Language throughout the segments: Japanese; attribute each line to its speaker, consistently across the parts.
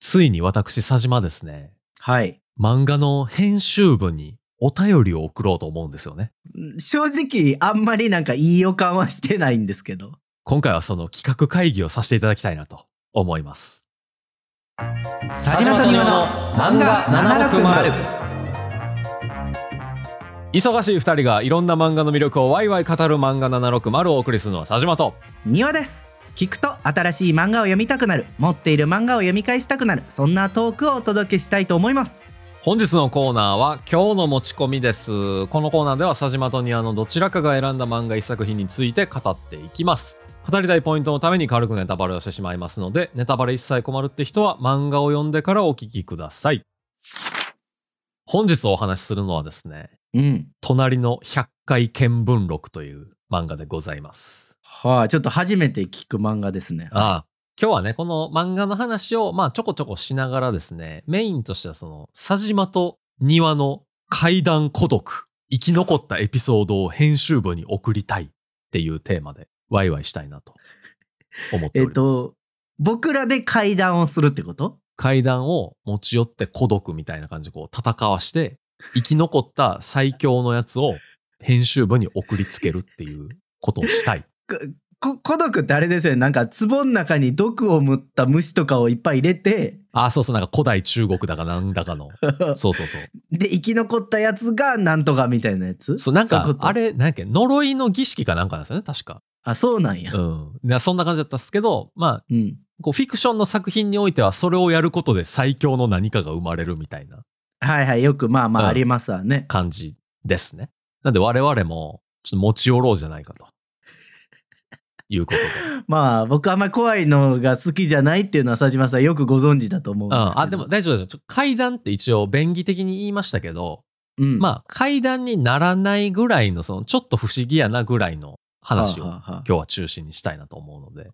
Speaker 1: ついに私、佐島ですね、
Speaker 2: はい。
Speaker 1: 漫画の編集部にお便りを送ろうと思うんですよね。
Speaker 2: 正直、あんまりなんかいい予感はしてないんですけど。
Speaker 1: 今回はその企画会議をさせていただきたいなと思います。
Speaker 2: 佐島と庭の漫画760
Speaker 1: 忙しい二人がいろんな漫画の魅力をワイワイ語る漫画760をお送りするのは佐島と
Speaker 2: 庭です。聞くと新しい漫画を読みたくなる、持っている漫画を読み返したくなる、そんなトークをお届けしたいと思います。
Speaker 1: 本日のコーナーは今日の持ち込みです。このコーナーでは佐島と庭のどちらかが選んだ漫画一作品について語っていきます。語りたいポイントのために軽くネタバレをしてしまいますので、ネタバレ一切困るって人は漫画を読んでからお聞きください。本日お話しするのはですね、
Speaker 2: うん。
Speaker 1: 隣の100回見聞録という漫画でございます。
Speaker 2: はい、ちょっと初めて聞く漫画ですね。
Speaker 1: ああ今日はね、この漫画の話を、まあ、ちょこちょこしながらですね、メインとしてはその、佐島と庭の怪談孤独、生き残ったエピソードを編集部に送りたいっていうテーマで、ワイワイしたいなと思って
Speaker 2: え
Speaker 1: お
Speaker 2: っ、
Speaker 1: ります。
Speaker 2: と、僕らで会談をするってこと
Speaker 1: 階段を持ち寄って孤独みたいな感じでこう戦わして生き残った最強のやつを編集部に送りつけるっていうことをしたい。
Speaker 2: こ孤独ってあれですよね。なんか、壺の中に毒を持った虫とかをいっぱい入れて、
Speaker 1: あ、そうそう、なんか古代中国だかなんだかの。 そうそうそう。
Speaker 2: で、生き残ったやつがなんとかみたいなやつ
Speaker 1: そうなん
Speaker 2: そういう
Speaker 1: か
Speaker 2: こ、と
Speaker 1: あれ、なんやっけ、呪いの儀式かなんかなんですよね、確か。
Speaker 2: あ、そうなんや
Speaker 1: う。ん。でそんな感じだったんですけど、まあ、
Speaker 2: うん。
Speaker 1: こうフィクションの作品においては、それをやることで最強の何かが生まれるみたいな
Speaker 2: はいはい。よく、まあま
Speaker 1: うん
Speaker 2: あありますわね。
Speaker 1: 感じですね。なんで我々も、ちょっと持ち寄ろうじゃないかと。いうことで。
Speaker 2: まあ、僕あんまり怖いのが好きじゃないっていうのは佐島さんよくご存知だと思う
Speaker 1: う
Speaker 2: んですけ
Speaker 1: ん、
Speaker 2: ど。
Speaker 1: あでも、大丈夫ですよ。階段って一応便宜的に言いましたけど、
Speaker 2: うん、あ、
Speaker 1: まあ階段にならないぐらいのそのちょっと不思議やなぐらいの話を今
Speaker 2: あ
Speaker 1: 日は中心にしたいなと思うので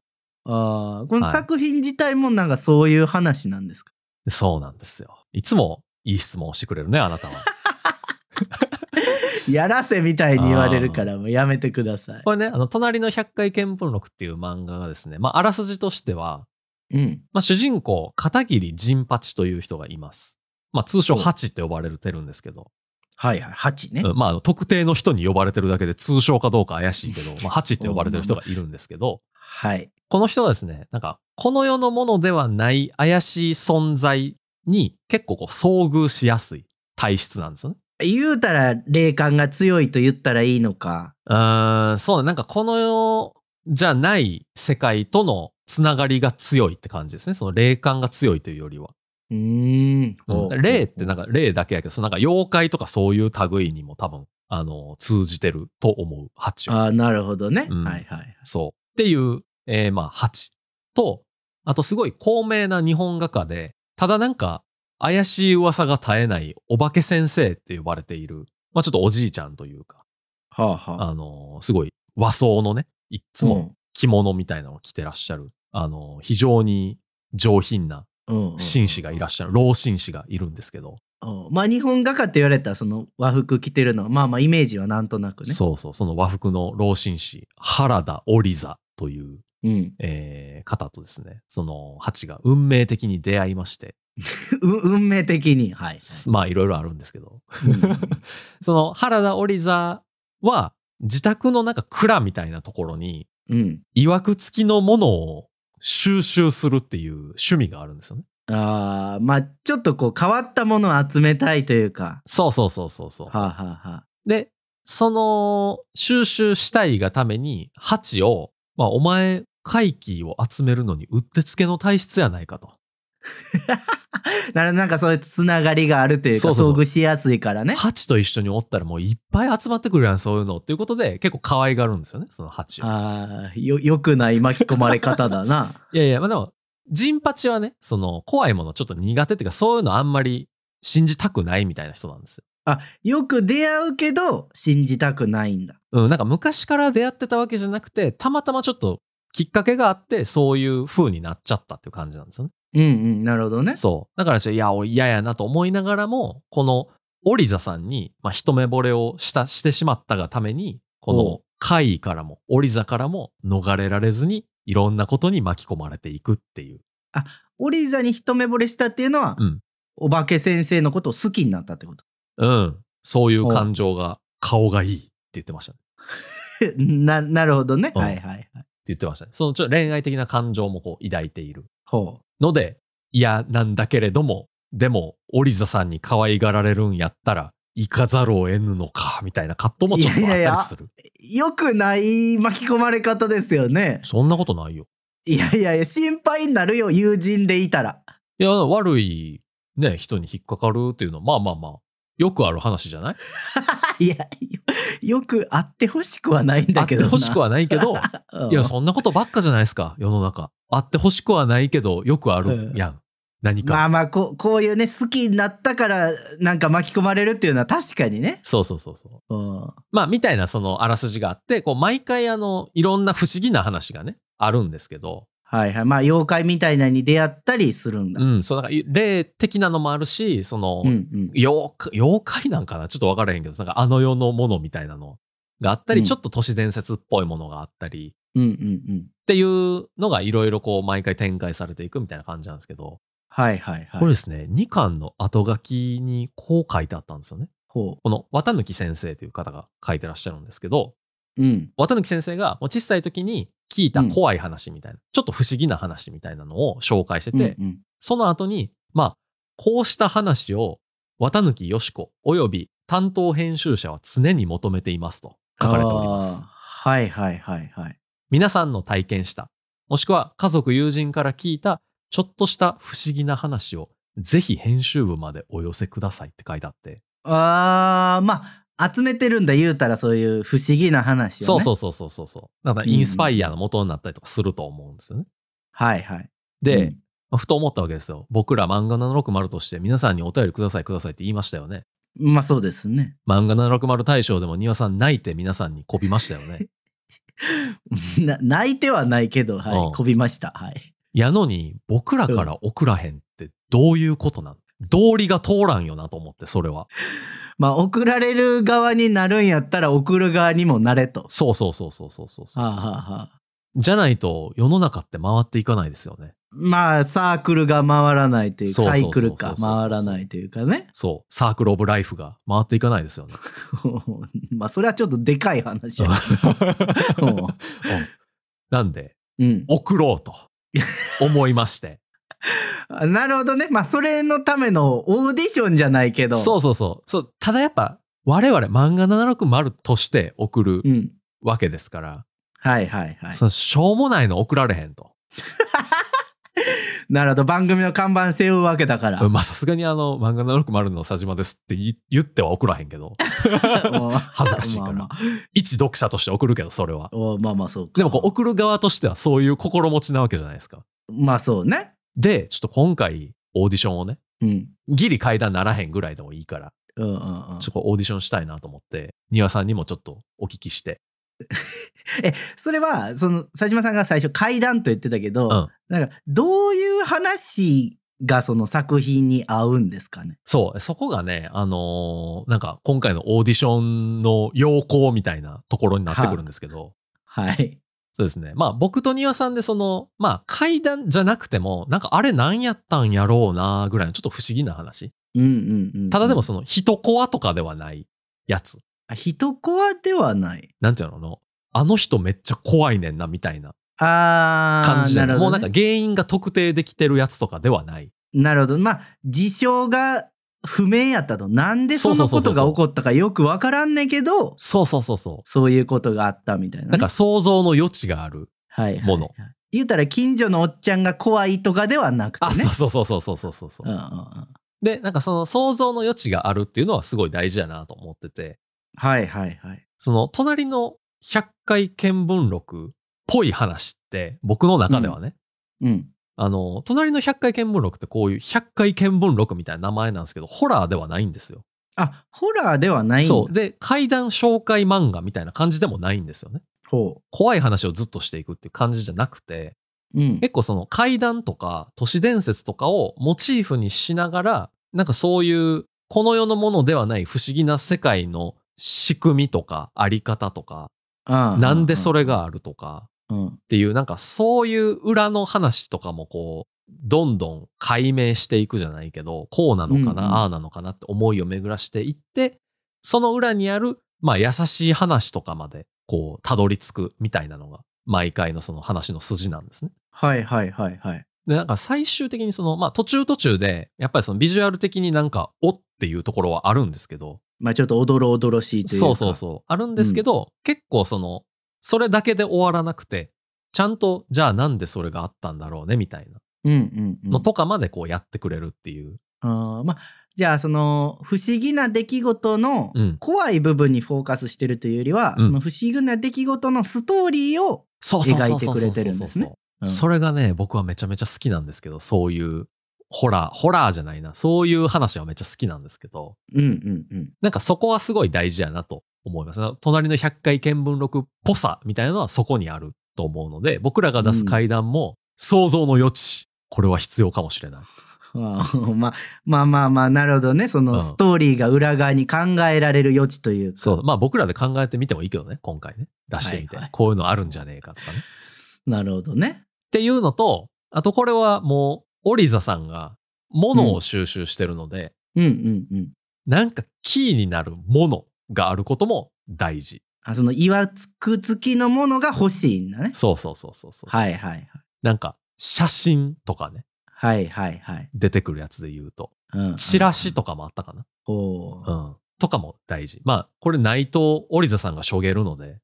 Speaker 2: あーこの作品自体もなんかそういう話なんですか、
Speaker 1: そうなんですよ。いつもいい質問をしてくれるねあなたは。
Speaker 2: やらせみたいに言われるからもうやめてください。
Speaker 1: これねあの隣の100回見聞録っていう漫画がですね、まあ、あらすじとしては、
Speaker 2: うん。
Speaker 1: まあ、主人公片桐仁八という人がいます。まあ、通称
Speaker 2: うん
Speaker 1: 八って呼ばれてるんですけど、
Speaker 2: はいはい。8ね。
Speaker 1: うんまああの、特定の人に呼ばれてるだけで通称かどうか怪しいけど、まあ、八って呼ばれてる人がいるんですけど、
Speaker 2: はい。
Speaker 1: この人はですね、なんか、この世のものではない怪しい存在に結構こう遭遇しやすい体質なんですよね。
Speaker 2: 言うたら霊感が強いと言ったらいいのか。
Speaker 1: うーん、そうだなんかこの世じゃない世界とのつながりが強いって感じですね。その霊感が強いというよりは。
Speaker 2: うーん。
Speaker 1: うん霊ってなんか霊だけやけど、そのなんか妖怪とかそういう類にも多分、あの、通じてると思う蜂は。
Speaker 2: ああ、なるほどね。
Speaker 1: うん
Speaker 2: はいはい。
Speaker 1: そう。っていう、えーまあ、8と、あとすごい高名な日本画家で、ただなんか、怪しい噂が絶えないお化け先生って呼ばれている、まあちょっとおじいちゃんというか、
Speaker 2: はあはあ。
Speaker 1: あのーすごい和装のね、いっつも着物みたいなのを着てらっしゃる、あのー非常に上品な
Speaker 2: うん、うん
Speaker 1: 紳士がいらっしゃる、老紳士がいるんですけど、
Speaker 2: うんまあ日本画家って言われたらその和服着てるのはまあまあイメージはなんとなくね。
Speaker 1: そうそう、その和服の老紳士、原田織座という、
Speaker 2: うん。
Speaker 1: えー方とですね、その蜂が運命的に出会いまして、
Speaker 2: う運命的に。はい。
Speaker 1: まあいろいろあるんですけど、
Speaker 2: うん
Speaker 1: その原田織座は自宅のなんか蔵みたいなところに、
Speaker 2: うん。
Speaker 1: 曰く付きのものを収集するっていう趣味があるんですよね。
Speaker 2: ああ、まあちょっとこう変わったものを集めたいというか。
Speaker 1: そうそうそうそうそう。
Speaker 2: はあ、はあはあ、
Speaker 1: で、その収集したいがために鉢を、まあお前、怪奇を集めるのにうってつけの体質やないかと。
Speaker 2: なるほどなんかそういうつながりがあるというか
Speaker 1: そうそうそう
Speaker 2: 遭遇しやすいからね。
Speaker 1: 鉢と一緒におったらもういっぱい集まってくるやん、そういうの。っていうことで結構可愛がるんですよね、その鉢を。
Speaker 2: ああ、よ、良くない巻き込まれ 方だな。
Speaker 1: いやいや、まあでも、ジンパチはね、その、怖いものちょっと苦手っていうか、そういうのあんまり信じたくないみたいな人なんですよ。
Speaker 2: よく出会うけど信じたくないんだ。
Speaker 1: うん、なんか昔から出会ってたわけじゃなくて、たまたまちょっときっかけがあって、そういう風になっちゃったっていう感じなんですよね。
Speaker 2: うんうん、なるほどね。
Speaker 1: そう。だからちょっと、いや、俺嫌やなと思いながらも、この、オリザさんに、まあ、一目惚れをした、してしまったがために、こ
Speaker 2: お
Speaker 1: の、怪異からも、オリザからも逃れられずに、いろんなことに巻き込まれていくっていう。
Speaker 2: オリーザに一目惚れしたっていうのは、
Speaker 1: うん
Speaker 2: お化け先生のことを好きになったってこと。
Speaker 1: うん。そういう感情が、顔がいいって言ってましたね。
Speaker 2: な、なるほどね。
Speaker 1: うん
Speaker 2: はいはいはい。
Speaker 1: って言ってましたね。そのちょっと恋愛的な感情もこう抱いている
Speaker 2: ほ
Speaker 1: ので、嫌なんだけれども、でも、オリザさんに可愛がられるんやったら、行かざるを得ぬのか、みたいな葛藤もちょっとあったりする。
Speaker 2: う。よくない巻き込まれ方ですよね。
Speaker 1: そんなことないよ。
Speaker 2: いやいやいや、心配になるよ、友人でいたら。
Speaker 1: いや、悪い、ね、人に引っかかるっていうのは、まあまあまあ、よくある話じゃない
Speaker 2: いや、よくあってほしくはないん
Speaker 1: あっ
Speaker 2: だけ
Speaker 1: て
Speaker 2: どな。
Speaker 1: ほしくはないけど、
Speaker 2: うん
Speaker 1: いや、そんなことばっかじゃないですか、世の中。あってほしくはないけど、よくあるやん。何か。
Speaker 2: まあまあこう、こういうね、好きになったから、なんか巻き込まれるっていうのは確かにね。
Speaker 1: そうそうそうそう。
Speaker 2: うん
Speaker 1: まあ、みたいなそのあらすじがあって、こう、毎回あの、いろんな不思議な話がね、あるんですけど、
Speaker 2: はいはい。まあ、妖怪みたいなのに出会ったりするんだ。
Speaker 1: う
Speaker 2: うん
Speaker 1: ん、そう、なんか、霊的なのもあるし、その、
Speaker 2: うん
Speaker 1: 妖怪、妖怪なんかなちょっとわからへんけど、なんかあの世のものみたいなのがあったり、
Speaker 2: うん
Speaker 1: ちょっと都市伝説っぽいものがあったり、
Speaker 2: うんうんうん。
Speaker 1: っていうのがいろいろこう、毎回展開されていくみたいな感じなんですけど、
Speaker 2: はいはいはい。
Speaker 1: これですね、2巻の後書きにこう書いてあったんですよね。
Speaker 2: ほ
Speaker 1: この、綿貫先生という方が書いてらっしゃるんですけど、
Speaker 2: う。うん。
Speaker 1: 綿貫先生がもう小さい時に聞いた怖い話みたいな、ちょっと不思議な話みたいなのを紹介してて、
Speaker 2: うんうん
Speaker 1: その後に、まあ、こうした話を綿貫よし子および担当編集者は常に求めていますと書かれております
Speaker 2: あー。はいはいはいはい。
Speaker 1: 皆さんの体験した、もしくは家族友人から聞いたちょっとした不思議な話をぜひ編集部までお寄せくださいって書いてあって。
Speaker 2: あー、まあ、集めてるんだ言うたらそういう不思議な話をね。。
Speaker 1: そうそううそうそうそうそう。だからインスパイアの元になったりとかすると思うんですよね。
Speaker 2: はいはい。
Speaker 1: で、
Speaker 2: うん、
Speaker 1: まあふと思ったわけですよ。僕ら漫画760として皆さんにお便りくださいくださいって言いましたよね。
Speaker 2: まあそうですね。
Speaker 1: 漫画760大賞でも庭さん泣いて皆さんにこびましたよね。
Speaker 2: な泣いてはないけど、
Speaker 1: う
Speaker 2: は
Speaker 1: ん
Speaker 2: い。こびました。はい。
Speaker 1: やのに僕らから送らへんってどういうことなん道理が通らんよなと思ってそれは。
Speaker 2: まあ、送られる側になるんやったら、送る側にもなれと。
Speaker 1: そうそうそうそうそうそうそう。
Speaker 2: はあ、はあはあ、
Speaker 1: じゃないと世の中って回っていかないですよね。
Speaker 2: まあ、サークルが回らないという
Speaker 1: そう
Speaker 2: か、
Speaker 1: そう
Speaker 2: サ
Speaker 1: そうそ
Speaker 2: イ
Speaker 1: う
Speaker 2: クルか回らないというかね。
Speaker 1: そう。サークルオブライフが回っていかないですよね。
Speaker 2: まあ、それはちょっとでかい 話や。
Speaker 1: うんなんで
Speaker 2: うん。
Speaker 1: 送ろうと思いまして。
Speaker 2: あなるほどね。まあ、それのためのオーディションじゃない けど。
Speaker 1: そうそうそうそうただやっぱ我々漫画760として送る
Speaker 2: うん。
Speaker 1: わけですから、
Speaker 2: はいはいはい
Speaker 1: そ。のしょうもないの送られへんと
Speaker 2: なるほど。番組の看板背負うわけだ から。
Speaker 1: まあさすがにあの漫画760の佐島ですって言言っては送らへんけど
Speaker 2: もう
Speaker 1: 恥ずかしいから
Speaker 2: まあまあ
Speaker 1: 一読者として送るけどそれは
Speaker 2: おまあまあそうか。
Speaker 1: でもこう送る側としてはそういう心持ちなわけじゃないですか
Speaker 2: まあそうね。
Speaker 1: でちょっと今回オーディションをね
Speaker 2: うん。
Speaker 1: ギリ階段ならへんぐらいでもいいから
Speaker 2: うんうんうん
Speaker 1: ちょっと。こうオーディションしたいなと思って庭さんにもちょっとお聞きして
Speaker 2: それは、その、佐島さんが最初怪談と言ってたけど、
Speaker 1: うん
Speaker 2: なんか、どういう話がその作品に合うんですかね。
Speaker 1: そう、そこがね、あのーなんか今回のオーディションの要項みたいなところになってくるんですけど、
Speaker 2: はい。
Speaker 1: そうですね。まあ僕と庭さんでその、まあ階段じゃなくても、なんかあれ何やったんやろうなぐらいのちょっと不思議な話。
Speaker 2: うんうんうん、
Speaker 1: ただでもその人コアとかではないやつ。
Speaker 2: あ人コアではない。
Speaker 1: なんていうのあのあの人めっちゃ怖いねんなみたいな
Speaker 2: あー
Speaker 1: 感じで、
Speaker 2: なるほ
Speaker 1: もう
Speaker 2: ど、
Speaker 1: な
Speaker 2: ね。
Speaker 1: んか原因が特定できてるやつとかではない。
Speaker 2: なるほど。まあ、事象が不明やったと。なんでそ
Speaker 1: そう
Speaker 2: の
Speaker 1: そうそ
Speaker 2: こ
Speaker 1: うそう
Speaker 2: とが起こったかよくわからんねんけど、
Speaker 1: そうそうそうそ
Speaker 2: そういうことがあったみたいな、
Speaker 1: う。
Speaker 2: ね。
Speaker 1: なんか、想像の余地がある。
Speaker 2: はいはいはい
Speaker 1: もの。
Speaker 2: 言うたら、近所のおっちゃんが怖いとかではなくてね。
Speaker 1: あ、そうそうそうそうそうそうそう。
Speaker 2: うんうんうん
Speaker 1: で、なんかその想像の余地があるっていうのはすごい大事やなと思ってて、
Speaker 2: はいはいはい。
Speaker 1: その隣の100回見聞録っぽい話って、僕の中ではね、
Speaker 2: うん。
Speaker 1: あの、隣の100回見聞録ってこういう100回見聞録みたいな名前なんですけど、ホラーではないんですよ。
Speaker 2: あ、ホラーではないんだ。
Speaker 1: そう。で、怪談紹介漫画みたいな感じでもないんですよね。
Speaker 2: ほ
Speaker 1: 怖い話をずっとしていくっていう感じじゃなくて、
Speaker 2: う。うん。
Speaker 1: 結構その怪談とか都市伝説とかをモチーフにしながらなんかそういうこの世のものではない不思議な世界の仕組みとかあり方とかなんでそれがあるとか
Speaker 2: うん。
Speaker 1: っていうなんかそういう裏の話とかもこどんどん解明していくじゃないけどこうなのかな、
Speaker 2: うんうん
Speaker 1: ああなのかなって思いを巡らしていってその裏にある、まあ、優しい話とかまでこうたどり着くみたいなのが毎回のその話の筋なんですね。
Speaker 2: はいはいはいはい。
Speaker 1: でなんか最終的にその、まあ、途中途中でやっぱりそのビジュアル的になんかおっていうところはあるんですけど
Speaker 2: まあちょっとおどろおどろしいというか。
Speaker 1: そうそうそうあるんですけど、結構そのそれだけで終わらなくてちゃんとじゃあなんでそれがあったんだろうねみたいな
Speaker 2: う。うんうん、うん。
Speaker 1: のとかまでこうやってくれるっていう、
Speaker 2: あーまあじゃあその不思議な出来事の
Speaker 1: うん
Speaker 2: 怖い部分にフォーカスしてるというよりは、
Speaker 1: うん
Speaker 2: その不思議な出来事のストーリーを、
Speaker 1: そう
Speaker 2: そうそうそうそうそう描いてくれてるんですねうん
Speaker 1: それがね僕はめちゃめちゃ好きなんですけどそういうホラーホラーじゃないなそういう話はめっちゃ好きなんですけど
Speaker 2: うんうんうん
Speaker 1: なんかそこはすごい大事やなと思います。隣の100回見聞録っぽさみたいなのはそこにあると思うので、僕らが出す階段も想像の余地、これは必要かもしれない。
Speaker 2: あーまあまあまあまあなるほどねそのストーリーが裏側に考えられる余地というか
Speaker 1: そう。まあ僕らで考えてみてもいいけどね、今回ね。出してみて。
Speaker 2: はいはい
Speaker 1: こういうのあるんじゃねえかとかね。っ
Speaker 2: なるほどね
Speaker 1: ていうのと、あとこれはもう、オリザさんが物を収集してるので、
Speaker 2: うんうんうん
Speaker 1: なんかキーになるものがあることも大事。
Speaker 2: あそのいわくつきのものが欲しいんだね
Speaker 1: そうそうそうそうそう。
Speaker 2: はいはいはい
Speaker 1: なんか写真とかね、
Speaker 2: はいはいはい、
Speaker 1: 出てくるやつで言うと。
Speaker 2: うん
Speaker 1: チラシとかもあったかな。
Speaker 2: おー
Speaker 1: う ん。とかも大事。まあ、これ内藤織座さんがしょげるので、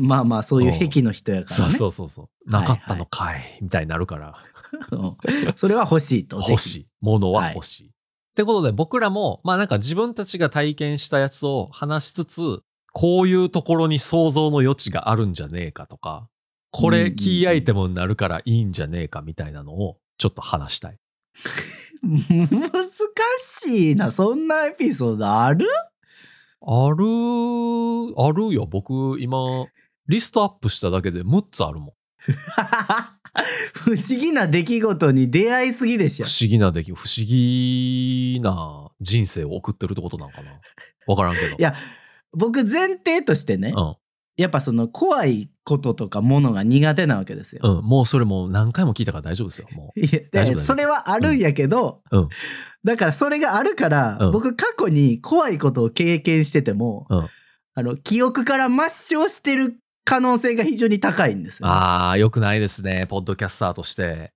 Speaker 2: まあまあそういう癖の人やから
Speaker 1: そう
Speaker 2: ね
Speaker 1: そうそうそう、
Speaker 2: はいはい
Speaker 1: なかったのかい、みたいになるから、
Speaker 2: うんそれは欲しいとぜひ
Speaker 1: 欲しい。ものは欲しい。ってことで、僕らも、まあなんか自分たちが体験したやつを話しつつ、こういうところに想像の余地があるんじゃねえかとか、こ
Speaker 2: うんうんう
Speaker 1: れ
Speaker 2: ん
Speaker 1: キーアイテムになるからいいんじゃねえかみたいなのをちょっと話したい。
Speaker 2: 難しいなそんなエピソードある
Speaker 1: ある、あるよ。僕今、リストアップしただけで6つあるもん。
Speaker 2: 不思議な出来事に出会いすぎでしょ
Speaker 1: 不思議な出来不思議な人生を送ってるってことなのかなわからんけど
Speaker 2: いや僕前提としてね、
Speaker 1: うん
Speaker 2: やっぱその怖いこととかものが苦手なわけですよ。
Speaker 1: うん、もうそれもう何回も聞いたから大丈夫ですよも
Speaker 2: い
Speaker 1: 大
Speaker 2: や
Speaker 1: 丈夫大丈夫
Speaker 2: それはあるんやけど、
Speaker 1: うんうん
Speaker 2: だからそれがあるから、
Speaker 1: うん
Speaker 2: 僕過去に怖いことを経験してても、
Speaker 1: うん
Speaker 2: あの記憶から抹消してる可能性が非常に高いんです
Speaker 1: う
Speaker 2: よね、
Speaker 1: あーよくないですねポッドキャスターとして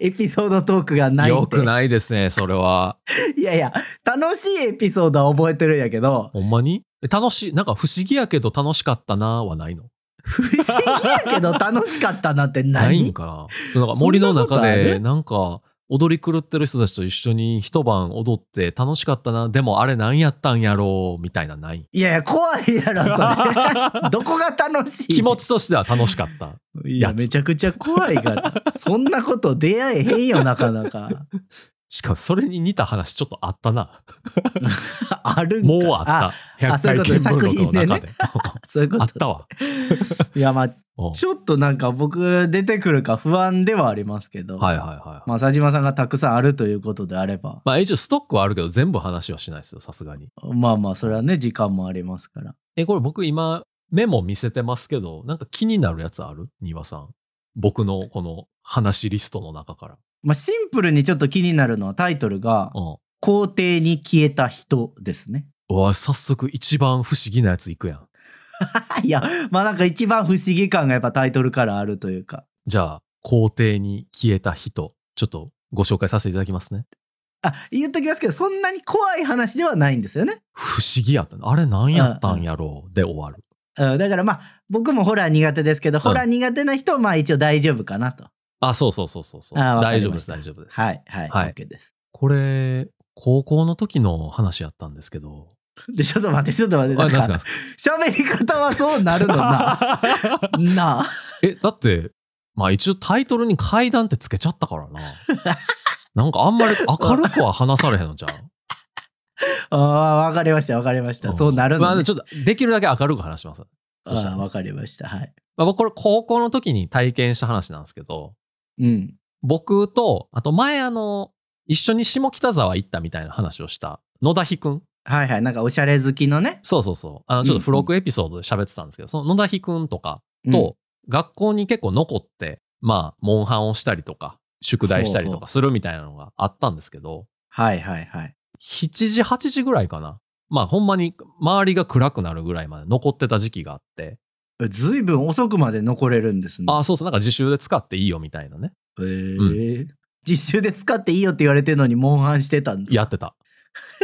Speaker 2: エピソードトークがないって
Speaker 1: よくないですねそれ はい
Speaker 2: やいや、楽しいエピソードは覚えてるんや けど、
Speaker 1: ほんまにえ楽しいなんか不思議やけど楽しかったなはないの
Speaker 2: 不思議やけど楽しかったなって
Speaker 1: ない
Speaker 2: 何
Speaker 1: んかなそのなんか森の中
Speaker 2: そんなことあ
Speaker 1: で
Speaker 2: る
Speaker 1: なんか踊り狂ってる人たちと一緒に一晩踊って楽しかったなでもあれ何やったんやろうみたいなない
Speaker 2: いやいや、怖いやろ、そ れ。どこが楽しい
Speaker 1: 気持ちとしては楽しかった
Speaker 2: いや、
Speaker 1: やつ
Speaker 2: めちゃくちゃ怖い から。そんなこと出会えへんよ、なかな か。
Speaker 1: しかもそれに似た話ちょっとあったな。
Speaker 2: あるんか
Speaker 1: もうあった。
Speaker 2: あ
Speaker 1: 100
Speaker 2: そうい
Speaker 1: 回
Speaker 2: う
Speaker 1: 見
Speaker 2: ことね
Speaker 1: 聞録の中で。
Speaker 2: そういうこ
Speaker 1: あっ
Speaker 2: と。
Speaker 1: たわ。
Speaker 2: いや、ま あ、
Speaker 1: うん
Speaker 2: ちょっとなんか僕出てくるか不安ではありますけど。
Speaker 1: はいはいはい。
Speaker 2: まあ、佐島さんがたくさんあるということであれば。
Speaker 1: まあ一応ストックはあるけど全部話はしないですよ、さすがに。
Speaker 2: まあまあ、それはね、時間もありますから。
Speaker 1: え、これ僕今メモ見せてますけど、なんか気になるやつある庭さん。僕のこの話リストの中から。
Speaker 2: まあ、シンプルにちょっと気になるのはタイトルが、
Speaker 1: うん。
Speaker 2: 皇帝に消えた人ですね。
Speaker 1: うわ、早速一番不思議なやついくやん。
Speaker 2: いや、まあなんか一番不思議感がやっぱタイトルからあるというか。
Speaker 1: じゃあ、皇帝に消えた人。ちょっとご紹介させていただきますね。
Speaker 2: あ、言っときますけど、そんなに怖い話ではないんですよね。
Speaker 1: 不思議やったな。あれ何やったんやろうで終わる。
Speaker 2: うん、だからまあ、僕もホラー苦手ですけど、ホラー苦手な人はまあ一応大丈夫かなと。
Speaker 1: あ、そうそうそうそうそう。
Speaker 2: あわか
Speaker 1: 大
Speaker 2: り
Speaker 1: 丈夫
Speaker 2: ま
Speaker 1: で
Speaker 2: し
Speaker 1: す、
Speaker 2: た
Speaker 1: 大丈夫です。
Speaker 2: はい、はい、
Speaker 1: はい
Speaker 2: OK です。
Speaker 1: これ、高校の時の話やったんですけど。
Speaker 2: で、ちょっと待って、ちょっと待って。
Speaker 1: あ、
Speaker 2: な
Speaker 1: 何
Speaker 2: ん
Speaker 1: すか
Speaker 2: か、喋り方はそうなる のな。なあ。
Speaker 1: え、だって、まあ一応タイトルに階段ってつけちゃったから な。なんかあんまり明るくは話されへんのじゃん。
Speaker 2: ああ、わかりました、わかりました。 そうなる
Speaker 1: ま
Speaker 2: の
Speaker 1: あ
Speaker 2: ね。
Speaker 1: ちょっと、できるだけ明るく話します。そした
Speaker 2: あ
Speaker 1: ら。
Speaker 2: あ
Speaker 1: ま
Speaker 2: わかりました。はい。
Speaker 1: あ僕、これ高校の時に体験した話なんですけど、
Speaker 2: うん。
Speaker 1: 僕と、あと前あの、一緒に下北沢行ったみたいな話をした野田ひくん。
Speaker 2: はいはい。なんかおしゃれ好きのね。
Speaker 1: そうそうそう。あの、ちょっと付録エピソードで喋ってたんですけど、その野田ひくんとか
Speaker 2: うん
Speaker 1: と、学校に結構残って、まあ、モンハンをしたりとか、宿題したりとかするみたいなのがあったんですけど、
Speaker 2: はいはいはい。
Speaker 1: 7時、8時ぐらいかな。まあ、ほんまに周りが暗くなるぐらいまで残ってた時期があって、
Speaker 2: ずいぶん遅くまで残れるんですね。
Speaker 1: ああ、そうそう、なんか自習で使っていいよみたいなね。
Speaker 2: へえ、実習で使っていいよって言われてるのに、モンハンしてたんですか
Speaker 1: やってた。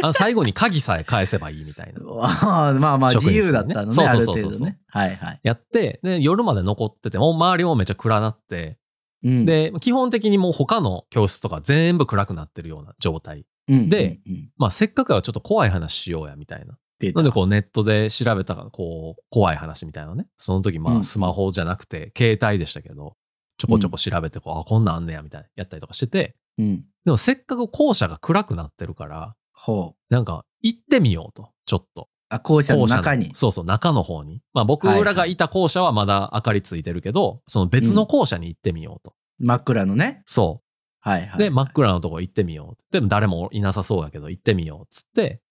Speaker 1: あの最後に鍵さえ返せばいいみたいな。
Speaker 2: ああまあまあ
Speaker 1: 職
Speaker 2: 自
Speaker 1: 員
Speaker 2: 由
Speaker 1: 室
Speaker 2: だっ
Speaker 1: ね
Speaker 2: たのね
Speaker 1: そう
Speaker 2: あ
Speaker 1: そう
Speaker 2: る
Speaker 1: そうそう
Speaker 2: 程度ねはいはい、
Speaker 1: やって、で、夜まで残ってて、もう周りもめっちゃ暗なって、
Speaker 2: うん、
Speaker 1: で、基本的にもう他の教室とか全部暗くなってるような状態。
Speaker 2: うん
Speaker 1: で、
Speaker 2: うんうん
Speaker 1: まあ、せっかくはちょっと怖い話しようや、みたいな。
Speaker 2: 出た
Speaker 1: なんでこうネットで調べたらこう怖い話みたいなねその時
Speaker 2: う
Speaker 1: ま
Speaker 2: ん
Speaker 1: あスマホじゃなくて携帯でしたけどちょこちょこ調べてこう、あこんなんあんねやみたいなやったりとかしてて
Speaker 2: うん、
Speaker 1: でもせっかく校舎が暗くなってるから
Speaker 2: ほう
Speaker 1: なんか行ってみようとちょっと
Speaker 2: あ校舎の
Speaker 1: 校舎
Speaker 2: 中に
Speaker 1: そうそう中の方にまあ僕
Speaker 2: はいは
Speaker 1: ら
Speaker 2: い
Speaker 1: がいた校舎はまだ明かりついてるけどその別の校舎に行ってみようと、
Speaker 2: 真っ暗のね
Speaker 1: そ
Speaker 2: はいは
Speaker 1: う
Speaker 2: い
Speaker 1: で真っ暗のとこ行ってみようでも誰もいなさそうやけど行ってみようっつって、
Speaker 2: うん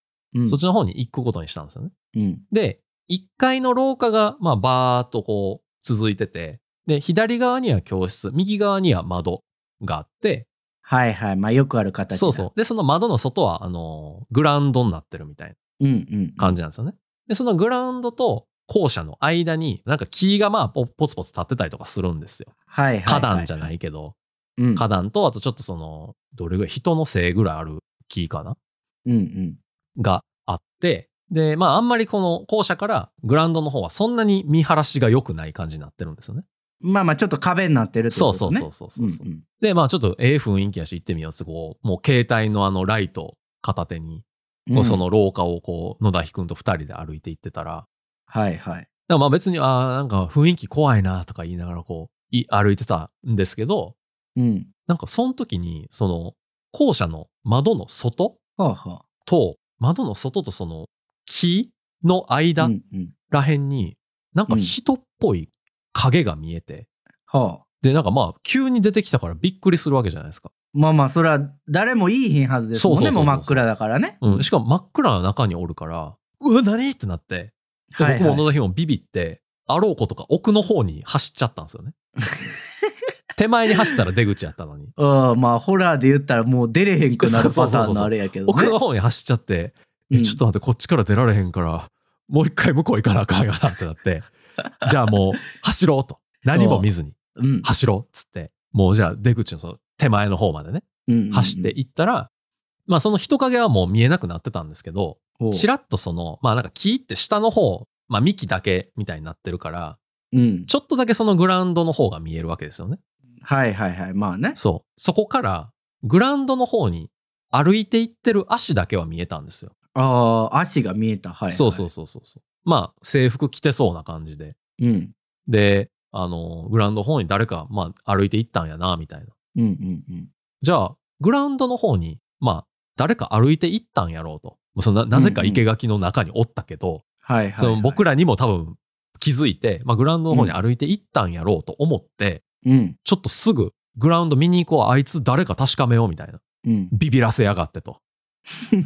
Speaker 1: そっちの方に行くことにしたんですよね
Speaker 2: うん
Speaker 1: で、1階の廊下が、まあ、バーっとこう、続いてて、で、左側には教室、右側には窓があって、
Speaker 2: はいはいまあよくある形だ
Speaker 1: そうそう。で、その窓の外は、あのーグラウンドになってるみたいな
Speaker 2: ううんうん
Speaker 1: 感じなんですよね。で、そのグラウンドと校舎の間に、なんか木がまあ、ポポツポツ立ってたりとかするんですよ。
Speaker 2: はいはいはい
Speaker 1: 花壇じゃないけど、
Speaker 2: うん
Speaker 1: 花壇と、あとちょっとその、どれぐらい、人の背ぐらいある木かな
Speaker 2: うんうん
Speaker 1: があって、で、まあ、あんまりこの校舎からグラウンドの方はそんなに見晴らしが良くない感じになってるんですよね。
Speaker 2: まあまあちょっと壁になってるって
Speaker 1: そ
Speaker 2: こ
Speaker 1: うそ
Speaker 2: と
Speaker 1: う
Speaker 2: ね
Speaker 1: そうそうそう。
Speaker 2: うんうん
Speaker 1: で、まあ、ちょっとええ雰囲気やし行ってみようっつってこう、もう携帯のあのライト片手に、
Speaker 2: う
Speaker 1: こ
Speaker 2: ん
Speaker 1: うその廊下をこう、野田くんと二人で歩いて行ってたら、
Speaker 2: はいはい
Speaker 1: だからまあ別に、ああ、なんか雰囲気怖いなとか言いながらこう、い歩いてたんですけど、
Speaker 2: うん
Speaker 1: なんかその時に、その、校舎の窓の外
Speaker 2: はあは
Speaker 1: と、窓の外とその木の
Speaker 2: あ
Speaker 1: 間
Speaker 2: うんうん
Speaker 1: らへんに、なんか人っぽい影が見えて、
Speaker 2: はあ
Speaker 1: で、なんかまあ、急に出てきたからびっくりするわけじゃないですか。
Speaker 2: まあまあそれは誰もいいひんはずですもん
Speaker 1: そうそ
Speaker 2: ね
Speaker 1: うそうそ
Speaker 2: も
Speaker 1: う
Speaker 2: う真っ暗だからね
Speaker 1: うん、しかも真っ暗な中におるから、うわ、何ってなって、で
Speaker 2: はい
Speaker 1: 僕も
Speaker 2: は
Speaker 1: 野
Speaker 2: い
Speaker 1: 田姫もビビって、あろうことか奥の方に走っちゃったんですよね。 手前に走ったら出口やったのに。
Speaker 2: うんまあホラーで言ったらもう出れへんくなるパターンのあれやけどね
Speaker 1: 奥の方に走っちゃって、えちょっと待って、こっちから出られへんから、もう一回向こう行かなあかんよなってなって、じゃあ もう走ろうと。何も見ずに
Speaker 2: うん
Speaker 1: 走ろうっつって、もうじゃあ出口のその手前の方までね、
Speaker 2: うん
Speaker 1: 走っていったら、まあその人影はもう見えなくなってたんですけど、
Speaker 2: うんうん
Speaker 1: ちらっとその、まあなんか木って下の方、まあ幹だけみたいになってるから、
Speaker 2: うん
Speaker 1: ちょっとだけそのグラウンドの方が見えるわけですよね。
Speaker 2: はいはいはいまあね
Speaker 1: そう。そこから、グラウンドの方に歩いていってる足だけは見えたんですよ。
Speaker 2: ああ足が見えたはい、はい、
Speaker 1: そうそうそうそうそう。まあ制服着てそうな感じで。
Speaker 2: う、うん、
Speaker 1: で、あの、グラウンドの方に誰か、まあ歩いていったんやな、みたいな。
Speaker 2: うんうんうん
Speaker 1: じゃあ、グラウンドの方に、まあ誰か歩いていったんやろうと。もうそのななぜか生垣の中におったけど、
Speaker 2: はいはい、はい、
Speaker 1: その僕らにも多分気づいて、まあ、グラウンドの方に歩いていったんやろうと思って、
Speaker 2: うん
Speaker 1: ちょっとすぐグラウンド見に行こうあいつ誰か確かめようみたいな
Speaker 2: うん
Speaker 1: ビビらせやがってと
Speaker 2: ち